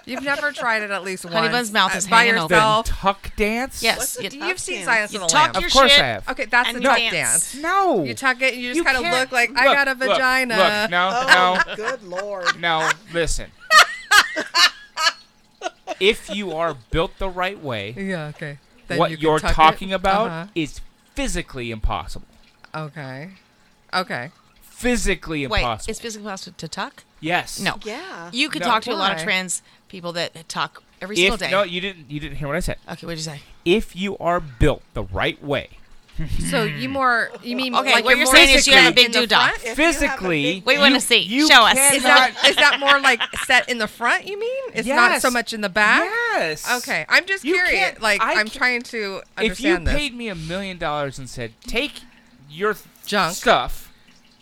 You've never tried it at least once.
bun's mouth
uh,
is
by
hanging open.
the
yourself.
tuck dance?
Yes.
What's the
you-
deal?
You've seen
Tuck
Silence
you
of the
tuck
Lamb.
your
Of course I
shit.
have.
Okay, that's
and
the tuck
dance.
dance.
No.
You tuck it. and You just
You
kind of
can't-
look like I got a
look,
vagina.
Look, no,
Oh, good lord.
no, no. Listen. if you are built the right way,
Yeah. Okay. Then
what
you can
you are
tuck it.
talking about
Uh-huh.
is physically impossible.
Okay. Okay.
Physically
Wait,
impossible.
it's physically possible to tuck?
yes.
No.
Yeah.
You could
No.
talk to a lot of
Why?
trans people that tuck every single
If,
day.
no, you didn't. You didn't hear what I said.
okay, what did you say?
If you are built the right way,
So you
Hmm.
more you mean
Okay,
like
what you're
more
saying is you have a
set
big
in the
doodah.
front?
If you have a
physically,
big-
We
you-
wanna see.
you
Show us.
cannot-
Is that is that more like set in the front? You mean it's not so
Yes.
much in the back?
Yes.
Okay, I'm just
You
curious.
can't-
Like
I
I'm
can't-
trying to
if you
understand this.
paid me a million dollars and said, "Take your th-
Junk.
stuff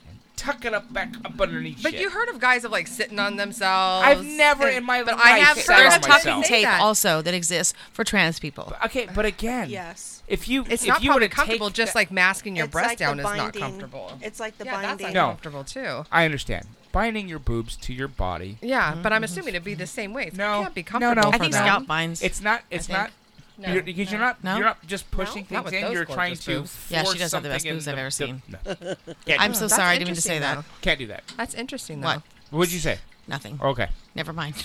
and tuck it up back up underneath,"
but
shit."
you heard of guys of like sitting on themselves.
I've never
and-
in my
but
life
I have
sat
heard
on
There's
of
myself.
tucking
tucking
tape
that.
also that exists for trans people.
Okay, but again,
Yes.
If you,
Uh, It's
if
not
you were
probably
to
comfortable.
take
Just
that-
like masking your
It's
breast
like the
down is not
binding-
comfortable.
It's like the
yeah, that's
binding.
uncomfortable too.
I understand binding your boobs to your body.
Yeah, but I'm assuming it'd be the same way. It
Mm-hmm. No,
can't be
no, no.
comfortable.
I
I
for
think
them.
scalp binds.
It's not. It's
think.
not.
No,
you're, because you're
no.
not.
No?
You're not just pushing
Not
things
with
in.
those
You're trying
gorgeous
to.
boobs.
Yeah, she
force
does have the best
something in
boobs I've
the-
ever
the-
seen.
no. Can't
I'm
do
so
that.
That's
sorry. I didn't mean to say
interesting,
that.
though.
Can't do that.
That's interesting though.
What?
What'd you say?
Nothing.
Okay.
Never mind.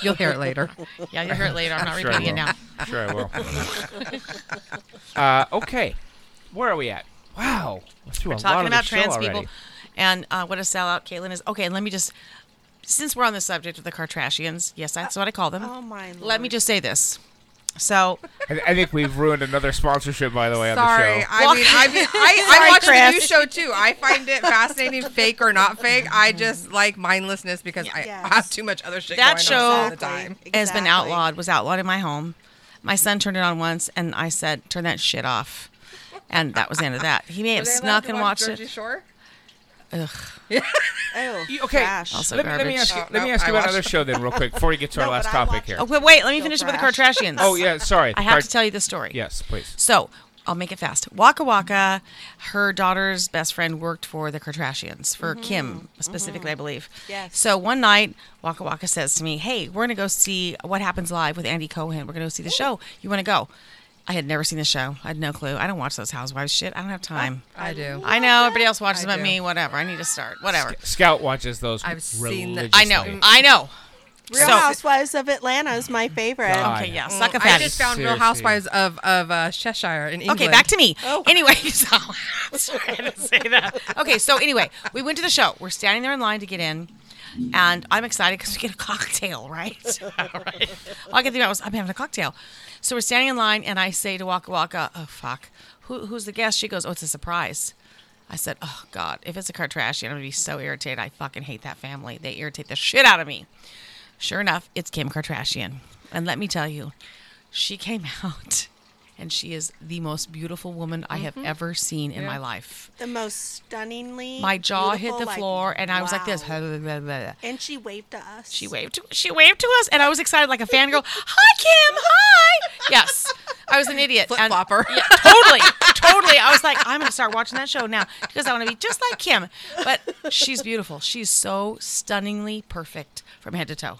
You'll hear it later.
Yeah, you'll hear it later. I'm not
Sure I
repeating it
will.
now.
Sure, I will. uh, okay, where are we at? Wow, let's do a lot
talking
of
about
the
trans
show
people
already.
and uh, what a sellout Caitlin is. Okay, and let me just, since we're on the subject of the Kardashians, yes, that's what I call them.
Oh my lord.
Let me just say this. So,
I, I think we've ruined another sponsorship, by the way, on the
Sorry,
show.
I mean, I mean, I, I watch the new show too. I find it fascinating, fake or not fake. I just like mindlessness because I
Yes.
have too much other shit
That
going on all
show-
the time.
it has been outlawed, was outlawed in my home. My son turned it on once, and I said, turn that shit off. And that was the end of that. He may have
Were they allowed
snuck
to
and
watch
watched
Jersey
it.
Shore?
Oh,
You- okay.
Gosh.
Also
let, me, let me
garbage.
ask you,
Oh,
let me
no,
ask you
I
about
watched-
another show then, real quick, before we get to our
No,
last
but I
topic
watched-
here.
Oh, wait, wait, let me
Still
finish with the
trash.
Kardashians.
Oh, yeah, sorry.
I have
Card-
to tell you the story.
Yes, please.
So I'll make it fast. Waka Waka, her daughter's best friend worked for the Kardashians, for
Mm-hmm.
Kim specifically, I believe.
Yes.
So one night, Waka Waka says to me, Hey, we're going to go see What Happens Live with Andy Cohen. We're going to go see the show. You want to go? I had never seen the show. I had no clue. I don't watch those housewives shit. I don't have time.
I do.
I know everybody else watches
I
but
do.
me. Whatever. I need to start. Whatever.
Scout watches those.
I've seen the-
I know.
religiously.
I know.
Real
So-
Housewives of Atlanta is my favorite.
God.
Okay.
know.
Yeah. Suck a
I
fatty.
just found Real
Seriously.
Housewives of of uh, Cheshire in England.
Okay, back to me.
Oh.
Anyway, so sorry, I had to say that. Okay, so anyway, we went to the show. We're standing there in line to get in, and I'm excited because we get a cocktail, right? Right. All I could think about was I'm having a cocktail. So we're standing in line, and I say to Waka Waka, "Oh fuck, Who, who's the guest?" She goes, "Oh, it's a surprise." I said, "Oh God, if it's a Kardashian, I'm gonna be so irritated. I fucking hate that family. They irritate the shit out of me." Sure enough, it's Kim Kardashian. And let me tell you, she came out and she is the most beautiful woman I
Mm-hmm.
have ever seen in my life.
The most stunningly.
My jaw hit
beautiful,
the
like,
floor and I was like this.
wow. And she waved to us.
She waved to she waved to us and I was excited like a fangirl. Hi Kim, hi. Yes. I was an idiot.
flip
and-
flopper.
totally, totally. I was like, I'm gonna start watching that show now because I want to be just like Kim. But she's beautiful. She's so stunningly perfect from head to toe.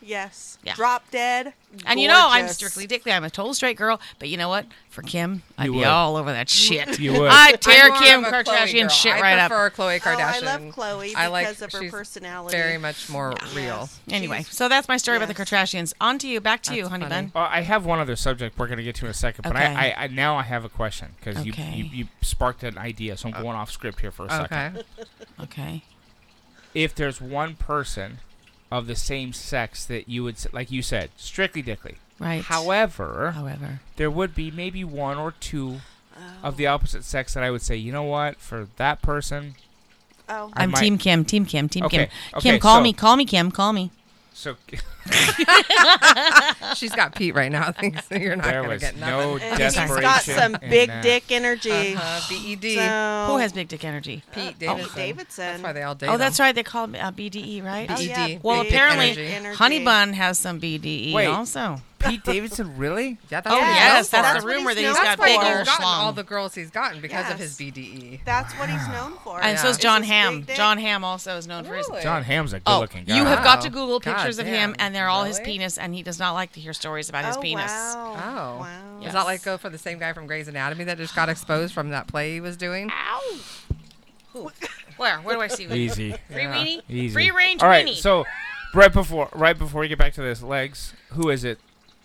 Yes.
Yeah.
Drop dead.
And you know, I'm
gorgeous.
strictly dickly. I'm a total straight girl. But you know what? For Kim, I'd
You
be
would.
all over that shit.
You would.
I'd tear
I'm more
Kim
of a Khloe girl.
Kardashian shit
I
right
prefer
up.
Khloe
Oh,
Kardashian.
I love Khloe because
I like-
of her
she's
personality.
Very much more real.
Yes.
Anyway,
She's-
so that's my story about the
Yes.
Kardashians. On to you. Back to you,
That's
honey
funny.
bun.
Uh, I have one other subject we're going to get to in a second, but I,
Okay.
I, I now I have a question because
Okay. Uh,
you, you you sparked an idea, so I'm going off script here for a second.
Okay.
Okay.
If there's one person of the same sex that you would s- like you said strictly dickly,
Right.
however,
However.
there would be maybe one or two of the opposite sex that I would say, you know what, for that person.
Oh,
I
I'm
might-
Team Kim. Team Kim. Team
Okay,
Kim.
okay,
Kim, call
so-
me. Call me, Kim. Call me.
So
She's got Pete right now. I think so you're not
There
gonna
was
get nothing.
no
And he's
desperation.
got some
in
big
that.
dick energy.
Uh, B.E.D. Oh.
So-
Uh-huh. Who has big dick energy?
Pete Davidson.
Davidson.
Oh, That's why they all date.
Oh, that's right. They call it uh, BDE, right?
Oh,
Oh,
BDE.
yeah,
Well,
big
apparently,
energy.
Honey Bun has some BDE
Wait.
also.
Pete Davidson, really?
Yeah, that's
Oh,
what he's known
yes,
for.
that's
That's
the
what
rumor
he's
that he's
known
got
That's why
big
he's
old
gotten all
schlong.
the girls he's gotten because of his E.
Yes.
BDE.
That's what he's known for.
and so
Yeah.
is
It's
John
his
Ham.
big dick.
John Ham also is known for his.
Really?
John Ham's a
Oh,
good-looking guy.
you have got to
Wow.
Google
God
pictures of him,
damn.
and they're all his
Really?
penis, and he does not like to hear stories about his
oh,
penis.
Wow.
Oh.
Wow.
Does that like go for the same guy from Grey's Anatomy that just got exposed from that play he was doing?
Where? Where do I see you?
Easy,
Free weenie?
easy.
Free range
All right,
weenie.
so right before right before we get back to this, legs. Who is it?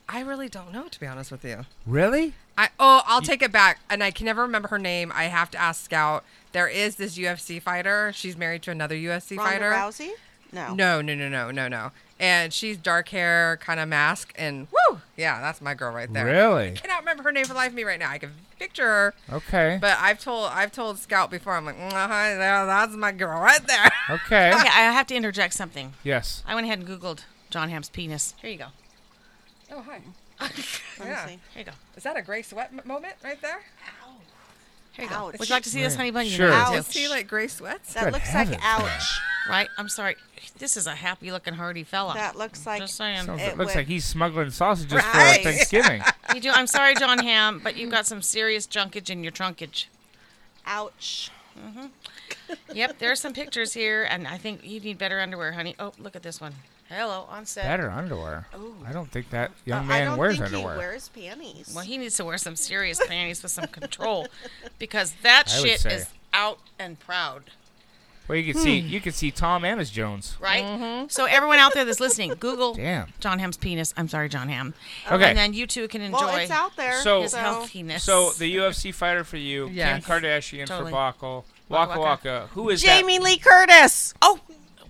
I really don't know, to be honest with you.
Really?
I oh, I'll take it back, and I can never remember her name. I have to ask Scout. There is this UFC fighter. She's married to another UFC
Ronda
fighter.
Rousey? No.
No, no, no, no, no, no. And she's dark hair, kind of mask, and woo, yeah, that's my girl right there.
Really?
cannot remember her name for the life of me right now. I can picture her,
Okay.
but I've told I've told Scout before. I'm like, mm, uh-huh, yeah, that's my girl right there.
okay.
Okay, I have to interject something.
Yes.
I went ahead and Googled John Ham's penis. Here you go.
Oh hi.
Let me
yeah.
see.
Here you go.
Is that a Gray Sweat m- moment right there?
Here you go.
Ouch.
Would you like to see this honey bun? You
Sure.
know
Ouch.
I
Is
do.
she like Gray Sweats?
That
Good
looks like
heavens, man.
ouch.
Right? I'm sorry. This is a happy looking hardy fella.
That looks like
Just saying.
Sounds,
It
it looks
would-
like he's smuggling sausages
Right.
for Thanksgiving.
You do. I'm sorry, John Ham, but you've got some serious junkage in your trunkage.
ouch.
Yep, there are some pictures here, and I think you need better underwear, honey. Oh, look at this one. Hello, on set.
Better underwear. I don't think that young
Uh, I
man
don't
wears
think
underwear.
he wears panties.
Well, he needs to wear some serious panties with some control, because that
I would
shit
say.
is out and proud.
well, you can see you can see Tom Annis Jones.
right? So everyone out there that's listening, Google
Mm-hmm. Damn.
John Ham's penis. I'm sorry, John Ham.
Okay.
And then you too can enjoy
well, it's out there.
So-
his
So-
healthiness.
So the UFC fighter for you,
Yes.
Kim Kardashian
Totally.
for Baco,
Waka
Waka Waka. Who is
Jamie Lee Curtis.
oh,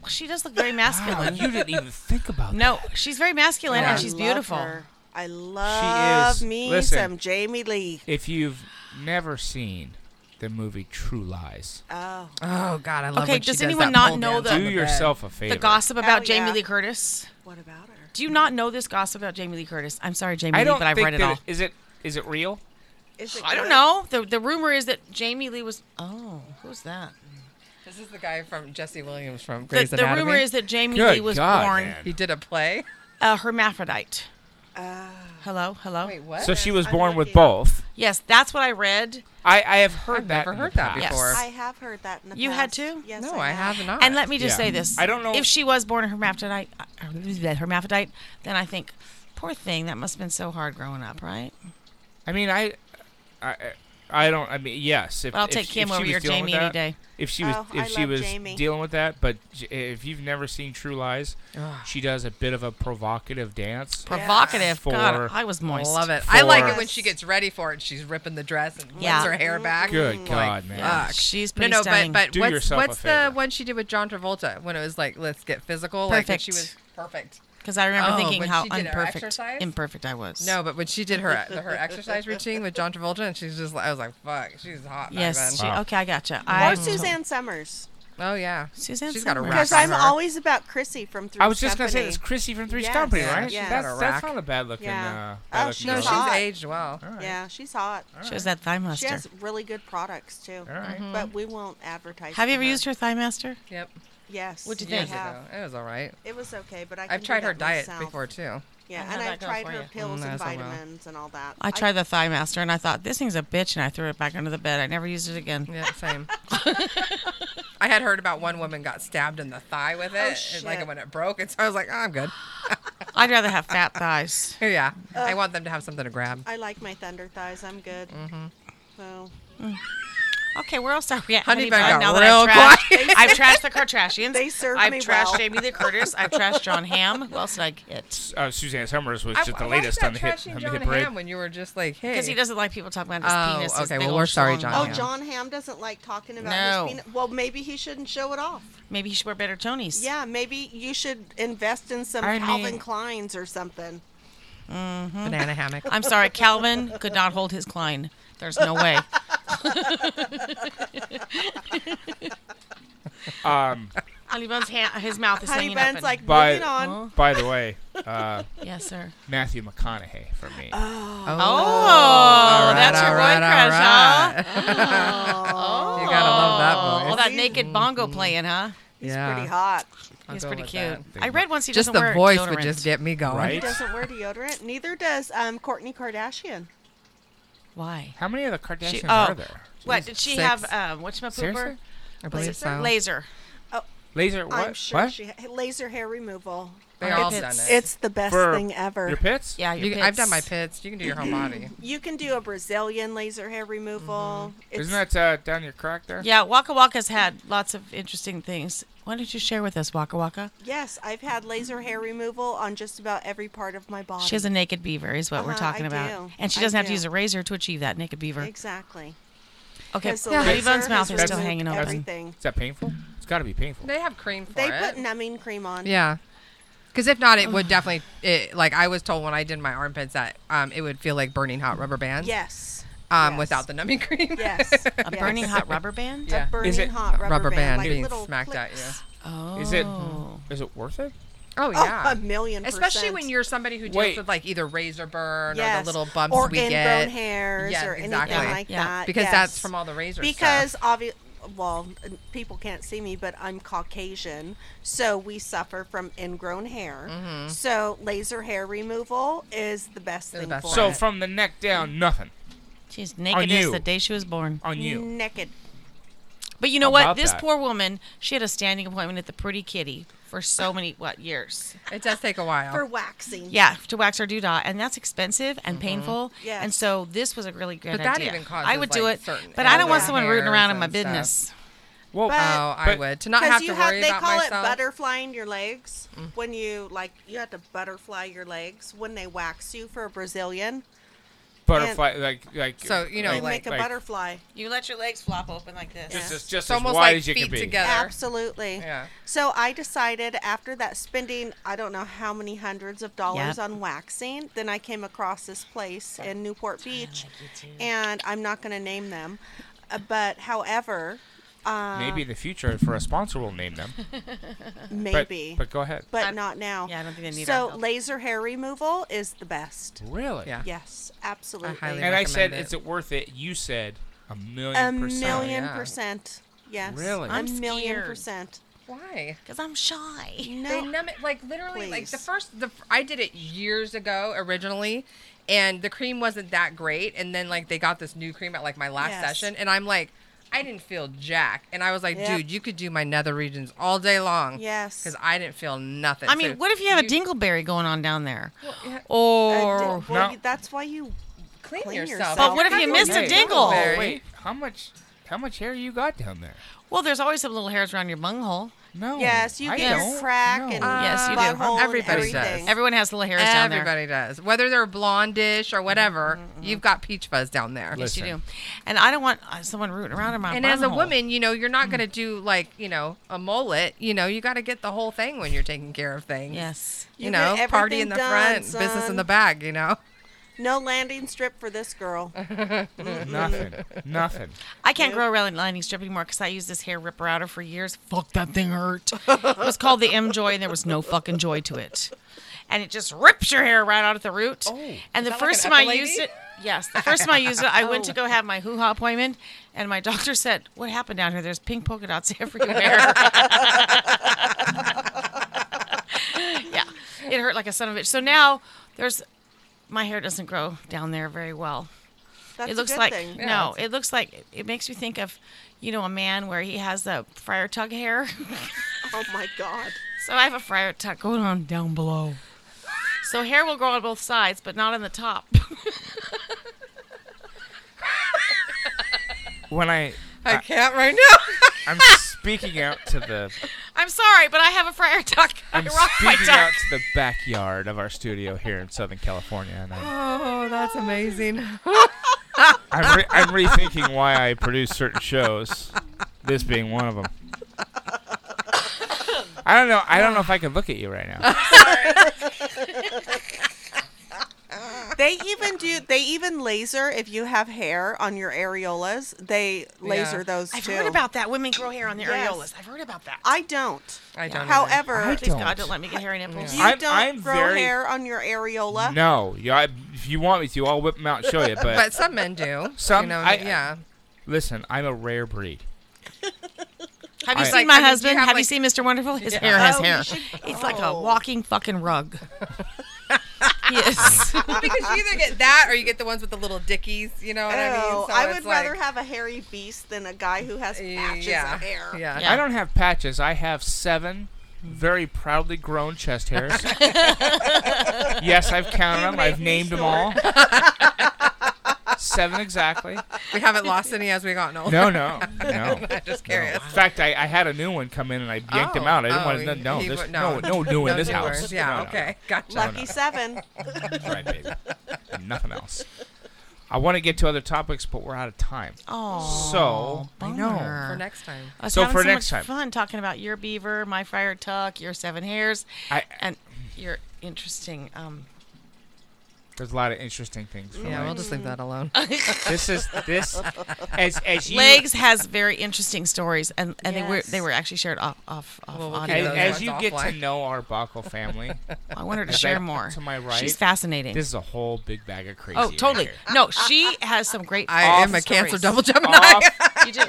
she does look very
that? Wow,
masculine.
you didn't even think about
no, she's very masculine
Yeah.
and she's
I love
beautiful.
her. I love
is-
me
listen.
some Jamie Lee.
If you've never seen the movie True Lies,
Oh,
Oh God, I love.
Okay,
when she
does
does
anyone
that
not
pole
know
dance
the-
on
do
bed.
yourself a favor.
The gossip about
Oh,
Jamie
yeah.
Lee Curtis.
what about her?
Do you not know this gossip about Jamie Lee Curtis? I'm sorry, Jamie
I
Lee,
don't
but I've
think
read it
that
all.
is it is it real?
Is it
I don't
good?
know. The the rumor is that Jamie Lee was oh, who's that?
This is the guy from Jesse Williams from
The,
Grey's
the
Anatomy.
rumor is that Jamie
Good
Lee was
God,
born
man.
he did a play.
a Uh, hermaphrodite.
Ah.
Hello, hello.
Wait, what?
So she was
I'm
born with
looking.
both.
Yes, that's what I read.
I, I have heard
I've
that.
never
in the
heard that
past.
before.
I have heard that in the
You had
past.
to?
Yes,
no, I have not.
And let me just
Yeah.
say this:
I don't know-
if she was born a hermaphrodite. uh, Hermaphrodite, then I think, poor thing, that must have been so hard growing up, right?
I mean, I, I, I don't. I mean, yes. If,
But I'll
if-
take
if
Kim
she
over
was
your
dealing with
Jamie any
that-
day.
If she was,
Oh, I
if she
love
was
Jamie.
dealing with that, but j- if you've never seen True Lies, she does a bit of a provocative dance.
Provocative. God,
For-
I was moist.
Love it. I like it
Yes.
when she gets ready for it. She's ripping the dress and
Yeah.
yeah. her hair back.
Good
Like, uh,
God, man.
fuck.
She's
no,
pretty
no,
stunning.
but but
Do
what's
yourself a
what's
favor.
the one she did with John Travolta when it was like let's get physical? Like when she was
Perfect.
perfect.
because I remember
Oh,
thinking
when
how
she did her
imperfect,
exercise?
imperfect I was.
No, but when she did her her exercise routine with John Travolta, and she's just like, I was like, fuck, she's hot. back
Yes. She,
then.
Wow.
Okay, I gotcha.
Or
I,
Suzanne Summers.
oh yeah,
Suzanne
she's got a
Sommer.
rack
Because
on
I'm
her.
always about Chrissy from Three's
I was just
Company.
gonna say that's Chrissy from Three's
Yes,
Company,
yeah,
right?
she's got
that's,
a
that's
rack.
not a bad looking.
Yeah.
Uh, bad
Oh,
looking
no,
girl.
she's
hot.
aged well.
Yeah, she's hot.
shows that thigh
She
master.
has really good products too.
right.
But we won't advertise.
Have you
for
ever used her thigh master?
Yep,
Yes.
What'd you
I
think?
years
have.
ago, it was all right.
It was okay, but I. Can
I've
do
tried her
that
diet
myself.
before too.
Yeah,
How'd
and
that
I've
go
tried
for
her
you?
pills
Mm,
and
that's not well.
vitamins and all that.
I tried the thigh master and I thought this thing's a bitch, and I threw it back under the bed. I never used it again.
Yeah, same. I had heard about one woman got stabbed in the thigh with it, and, like
Oh, shit.
when it broke, and so I was like, oh, I'm good.
I'd rather have fat thighs.
yeah,
Uh.
I want them to have something to grab.
I like my thunder thighs. I'm good.
Mm-hmm. Oh,
So
Okay, where else are we at?
Honey
Honey
Bun
Bun,
got
now
real
that I've trashed, I've trashed the Kardashians.
They served
I've
me
trashed
well.
Jamie Lee Curtis. I've trashed John Hamm. Who else did I get?
Uh, Suzanne Summers was
I-
just the
why
latest
was
on the
that
hit
trashing
on the
John
hit parade.
Hamm when you were just like, hey,
Because he doesn't like people talking about his
Oh,
penis. his
okay,
big
well,
old
we're sorry,
schlong.
John
Oh,
Hamm.
John Ham doesn't like talking about
No.
his penis. Well, maybe he shouldn't show it off.
Maybe he should wear better chonies.
Yeah, maybe you should invest in some
I
Calvin
mean-
Kleins or something.
banana hammock.
I'm sorry, Calvin could not hold his Klein. There's no way.
Um,
Honey Bun's hand, his mouth is
Honey
hanging up.
Bun's
and- Oh,
like,
By-
moving on.
By the way, uh,
yes, sir.
Matthew McConaughey for me.
Oh.
Uh,
Oh,
All right,
that's your
all
boy
right, all
crush, huh?
right.
Oh,
You gotta love that voice.
All that naked bongo playing, huh?
He's
yeah.
pretty hot.
I'll
He's
go
pretty
with
cute.
that.
I read once he
Just
doesn't
the
wear
voice
deodorant.
would just get me going.
He
Right?
doesn't wear deodorant. Neither does um, Courtney Kardashian.
Why?
How many of the Kardashians
She-
are
oh.
there?
What did she
six.
have? Um, what's my pooper?
Seriously?
I believe so.
Laser.
Laser what?
I'm sure
what?
she ha- laser hair removal.
They
Armpit
all done
pits.
it.
It's the best
For
thing ever.
Your pits?
Yeah, your
You can- I've done my
pits.
pits. You can do your whole body.
You can do a Brazilian laser hair
Mm-hmm.
removal. It's-
Isn't that uh, down your crack there?
Yeah, Waka Waka's had lots of interesting things. Why don't you share with us, Waka Waka?
Yes, I've had laser hair removal on just about every part of my body.
She has a naked beaver, is what we're
Uh-huh,
talking
I
about.
do.
And she
I
doesn't have to
do.
use a razor to achieve that naked beaver.
exactly.
okay,
'Cause the
Honey
laser
Bun's mouth
has
is still
removed
hanging open.
Everything.
Is that painful? It's got to be painful.
They have cream for
They
it.
put numbing cream on.
Yeah. Because if not, it would definitely, it, like I was told when I did my armpits that um, it would feel like burning hot rubber bands.
Yes.
Um,
yes.
without the numbing cream.
Yes.
A burning hot rubber band?
Yeah.
A burning
it-
hot rubber,
Rubber band
like
being
little
smacked at
clicks.
you.
Oh.
Is it? Is it worth it?
Oh
Oh,
yeah.
a million percent.
Especially when you're somebody who deals
Wait.
with like either razor burn or
Yes.
the little bumps
or
we
ingrown
get.
hairs
Yeah,
or
exactly.
anything like
Yeah.
that.
Because
yes.
that's from all the razor
because
stuff.
obviously well n- people can't see me but i'm caucasian so we suffer from ingrown hair so laser hair removal is the best
Mm-hmm. They're the
thing
best.
for
So
it.
from the neck down, nothing
She's
On
naked
you.
as the day she was born.
on you.
naked
But you know
How
what?
about
This
that?
poor woman, she had a standing appointment at the Pretty Kitty for so many what years?
It does take a while.
for waxing
Yeah, to wax her doodah, and that's expensive and painful.
Yes.
And so this was a really good
But that
idea.
even
I would
causes,
do
like,
it,
certain
but I don't want
elbow
someone rooting around in my
hairs and
business.
stuff.
Well, uh,
oh,
But-
I
but-
would to not
because
have to
you have
worry
they
about
call
myself. Mm.
it butterflying your legs when you like you have to butterfly your legs when they wax you for a brazilian
butterfly like like.
So, you know,
they
like,
like-
make a butterfly
You let your legs flop open like this.
Just,
Yeah.
as, just as
It's almost
wide
like
as you
feet
can be.
together.
Absolutely.
Yeah.
So I decided after that spending, I don't know how many hundreds of dollars
Yep.
on waxing, then I came across this place in Newport Beach, and I'm not going to name them, uh, but however, uh,
Maybe in the future, for a sponsor, we'll name them. But,
maybe,
but
but,
go ahead.
not now.
Yeah, I don't think they need our
So
help.
laser hair removal is the best.
Really?
Yeah.
Yes, absolutely.
highly
And I
recommend
said,
it.
is it worth it? You said a million
a
percent.
million
yeah.
percent. Yes.
Really?
A
I'm
million
scared.
percent.
Why?
Because I'm shy.
No.
They numb it like literally like the
Please.
first the f- I did it years ago originally and the cream wasn't that great and then like they got this new cream at like my last
Yes.
session and I'm like I didn't feel jack and I was like
Yep.
dude you could do my nether regions all day long
Yes.
cuz I didn't feel nothing
I
So
mean, what if you have a dingleberry going on down there?
yeah.
I did-
Or
well,
No.
that's why you
clean,
clean
yourself
yourself?
But what if you
How
missed a
do you
dingle?
Barry?
Wait, how much? How much hair you got down there?
well, there's always some little hairs around your bunghole.
No.
Yes, you
I
get your
don't
crack
know.
and
Yes, you do.
butthole and
Everybody does.
everything.
Everyone has little hairs down there.
Everybody does. Whether they're blondish or whatever,
Mm-hmm,
you've got peach fuzz down there.
Yes, you do.
Listen.
And I don't want uh, someone rooting around in my
And as a
bunghole.
woman, you know, you're
Mm.
not going to do like, you know, a mullet. You know, you got to get the whole thing when you're taking care of things.
Yes.
You,
You
know,
get
party in
everything
the
done,
front, business in
son.
the back, you know?
No landing strip for this girl.
Nothing. Nothing.
I can't grow a really lining strip anymore because I used this hair ripper outer for years. Fuck, that thing hurt. it was called the M Joy, and there was no fucking joy to it. And it just rips your hair right out at the root.
Oh.
and the
that like
first
an Oh.
time I
epilating?
used it, yes, the first time I used it, I went to go have my hoo ha appointment, and my doctor said, "What happened down here? There's pink polka dots everywhere." yeah, it hurt like a son of a bitch. So now there's my hair doesn't grow down there very well
That's
it looks
a good
like
thing.
no it looks like it makes me think of you know a man where he has the friar tuck hair
Oh my god.
so i have a friar tuck going on down below so hair will grow on both sides but not on the top
When I,
I can't right now.
I'm speaking out to the,
i'm sorry but i have a friar tuck i
I'm
rock my
speaking out
tuck
to the backyard of our studio here in Southern California, and I'm,
oh, that's amazing.
I'm, re- I'm rethinking why I produce certain shows. This being one of them. I don't know. I don't know if I can look at you right now.
They even do. They even laser if you have hair on your areolas. They laser
Yeah.
those
I've
too.
heard about that. Women grow hair on their
Yes.
areolas. I've heard about that.
I don't.
I don't either.
However,
I
Please God,
don't.
don't let me get hairy nipples.
you
I'm-
don't
I'm
grow
very-
hair on your areola.
No, yeah. I, if you want me to, I'll whip them out and show you. But,
But some men do.
Some-
you know,
I-
yeah.
listen, I'm a rare breed.
Have you
I-
seen
Like,
my
I mean, do you
husband?
have,
Have, you
like-
seen Mr. Wonderful? His hair has
Oh, you
hair.
should-
It's like a
oh.
walking fucking rug. yes.
because you either get that or you get the ones with the little dickies. You know what I mean?
Oh,
So
I
it's
would rather
like-
have a hairy beast than a guy who has patches
yeah,
of hair.
Yeah.
Yeah.
I don't have patches. I have seven very proudly grown chest hairs. yes, I've counted them. I've named them all. seven exactly.
We haven't lost any as we gotten older.
No, no, no.
Just curious.
In fact, I, I had a new one come in and I yanked him
Oh,
out. I didn't
oh,
want to.
he-
No,
he
this-
would-
no,
no.
no, new in
No
this
new
house.
words. Yeah.
No, no.
okay. Gotcha.
Lucky seven.
That's right, baby. Nothing else. I want to get to other topics, but we're out of time.
Oh.
so I know.
bummer.
For next time.
I was
So
having
for
so
next
much
time.
fun talking about your beaver, my friar tuck, your seven hairs,
I,
and your interesting. Um,
there's a lot of interesting things. for
Yeah,
me.
we'll just leave that alone.
this is this as as you
Legs has very interesting stories, and, and they were
Yes.
they were actually shared off off, off
Well, we'll keep
audio.
those
as, as
ones
you get to
offline.
know our Buckle family,
I want her to
as
share
I-
more.
to my right,
she's fascinating.
this is a whole big bag of crazy.
oh,
right
totally.
here.
No, she has some great.
I
Off
am a cancer
stories.
double Gemini.
Off,
You do.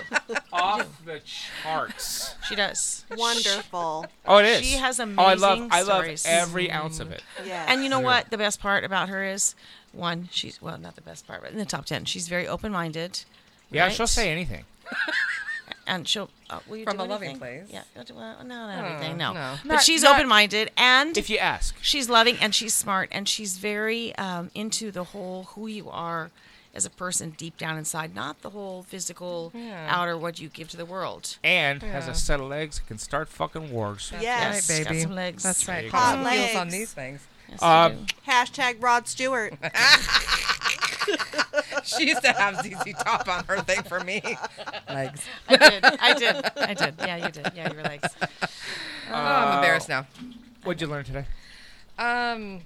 off the charts.
She does.
Wonderful.
Oh, it is.
She has
Oh, I love.
amazing
I love
stories.
every ounce of it.
Yeah.
And you know
Yeah.
what? The best part about her is, one, she's well, not the best part, but in the top ten, she's very open-minded.
Yeah,
right?
she'll say anything.
and she'll uh, will you
From
do
a loving
anything?
place.
Yeah, you'll do- well, no, not everything. No,
no.
but
Oh, Not-
she's
not-
open-minded and
If you ask,
she's loving and she's smart and she's very um, into the whole who you are as a person deep down inside, not the whole physical outer what you give to the world.
and has a set of legs that can start fucking wars.
yes.
right,
Right,
got
baby.
some legs.
That's
There you
right.
go.
Put some
Hot
heels on
legs.
these things.
Yes, you
Uh,
do.
Hashtag Rod Stewart.
She used to have ZZ Top on her thing for me. Legs.
I did, I did, I did. Yeah, you did. Yeah, you were like,
Oh, I'm embarrassed now.
uh, What'd you learn today?
Um,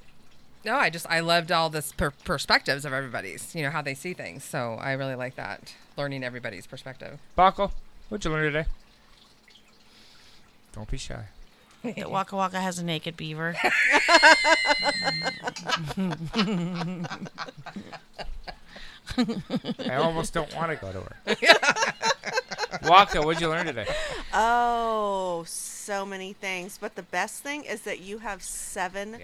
no, I just I loved all this per- perspectives of everybody's. You know how they see things. So I really like that learning everybody's perspective.
Buckle, what'd you learn today? Don't be shy.
that Waka Waka has a naked beaver.
I almost don't want to go to her. Waka, what'd you learn today?
Oh, so many things. But the best thing is that you have seven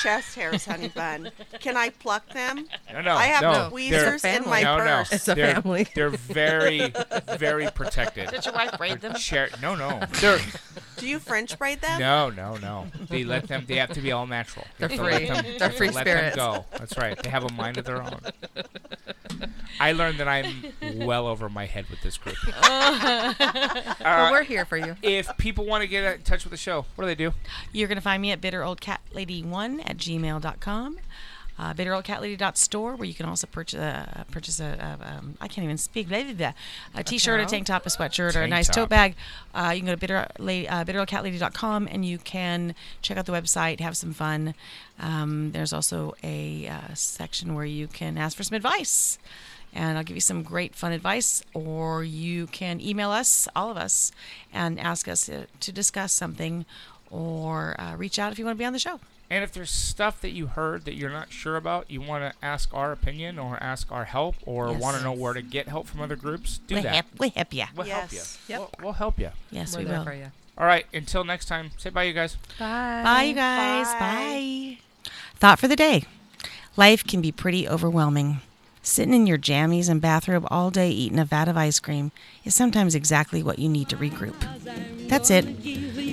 chest hairs, honey bun. Can I pluck them?
No, no,
I have
no.
no tweezers
They're-
in my
no, no.
purse.
It's a
they're,
family.
They're very, very protected.
Did your wife braid them?
Share, no, no. They're,
Do you French braid them?
no, no, no. They let them. They have to be all natural. You have
They're
to let
free.
them-
They're free
let
spirits.
them go. That's right. They have a mind of their own. I learned that I'm well over my head with this group. Uh,
Well, we're here for you.
If people want to get in touch with the show, what do they do?
You're going to find me at bitteroldcatlady1 at gmail.com. Uh, bitteroldcatlady.store, where you can also purchase uh, purchase a, a um, I can't even speak, blah, blah, blah, a t-shirt, a tank top, a sweatshirt, or a
Tank
nice
top.
tote bag. Uh, you can go to bitter, lady, uh, bitteroldcatlady.com and you can check out the website, have some fun. Um, there's also a uh, section where you can ask for some advice, and I'll give you some great fun advice, or you can email us, all of us, and ask us uh, to discuss something or uh, reach out if you want to be on the show.
And if there's stuff that you heard that you're not sure about, you want to ask our opinion or ask our help or
Yes.
want to know where to get help from other groups, do
we
that.
help, we help you.
We'll help you.
Yes.
Yep.
We'll, we'll help you.
Yes,
we're
we
there
will.
for you.
All right. Until next time, say bye, you guys.
Bye, you guys. Bye.
Bye.
Thought for the day Life can be pretty overwhelming. Sitting in your jammies and bathrobe all day eating a vat of ice cream is sometimes exactly what you need to regroup. That's it.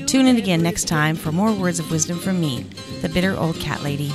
Tune in again next time for more words of wisdom from me, the bitter old cat lady.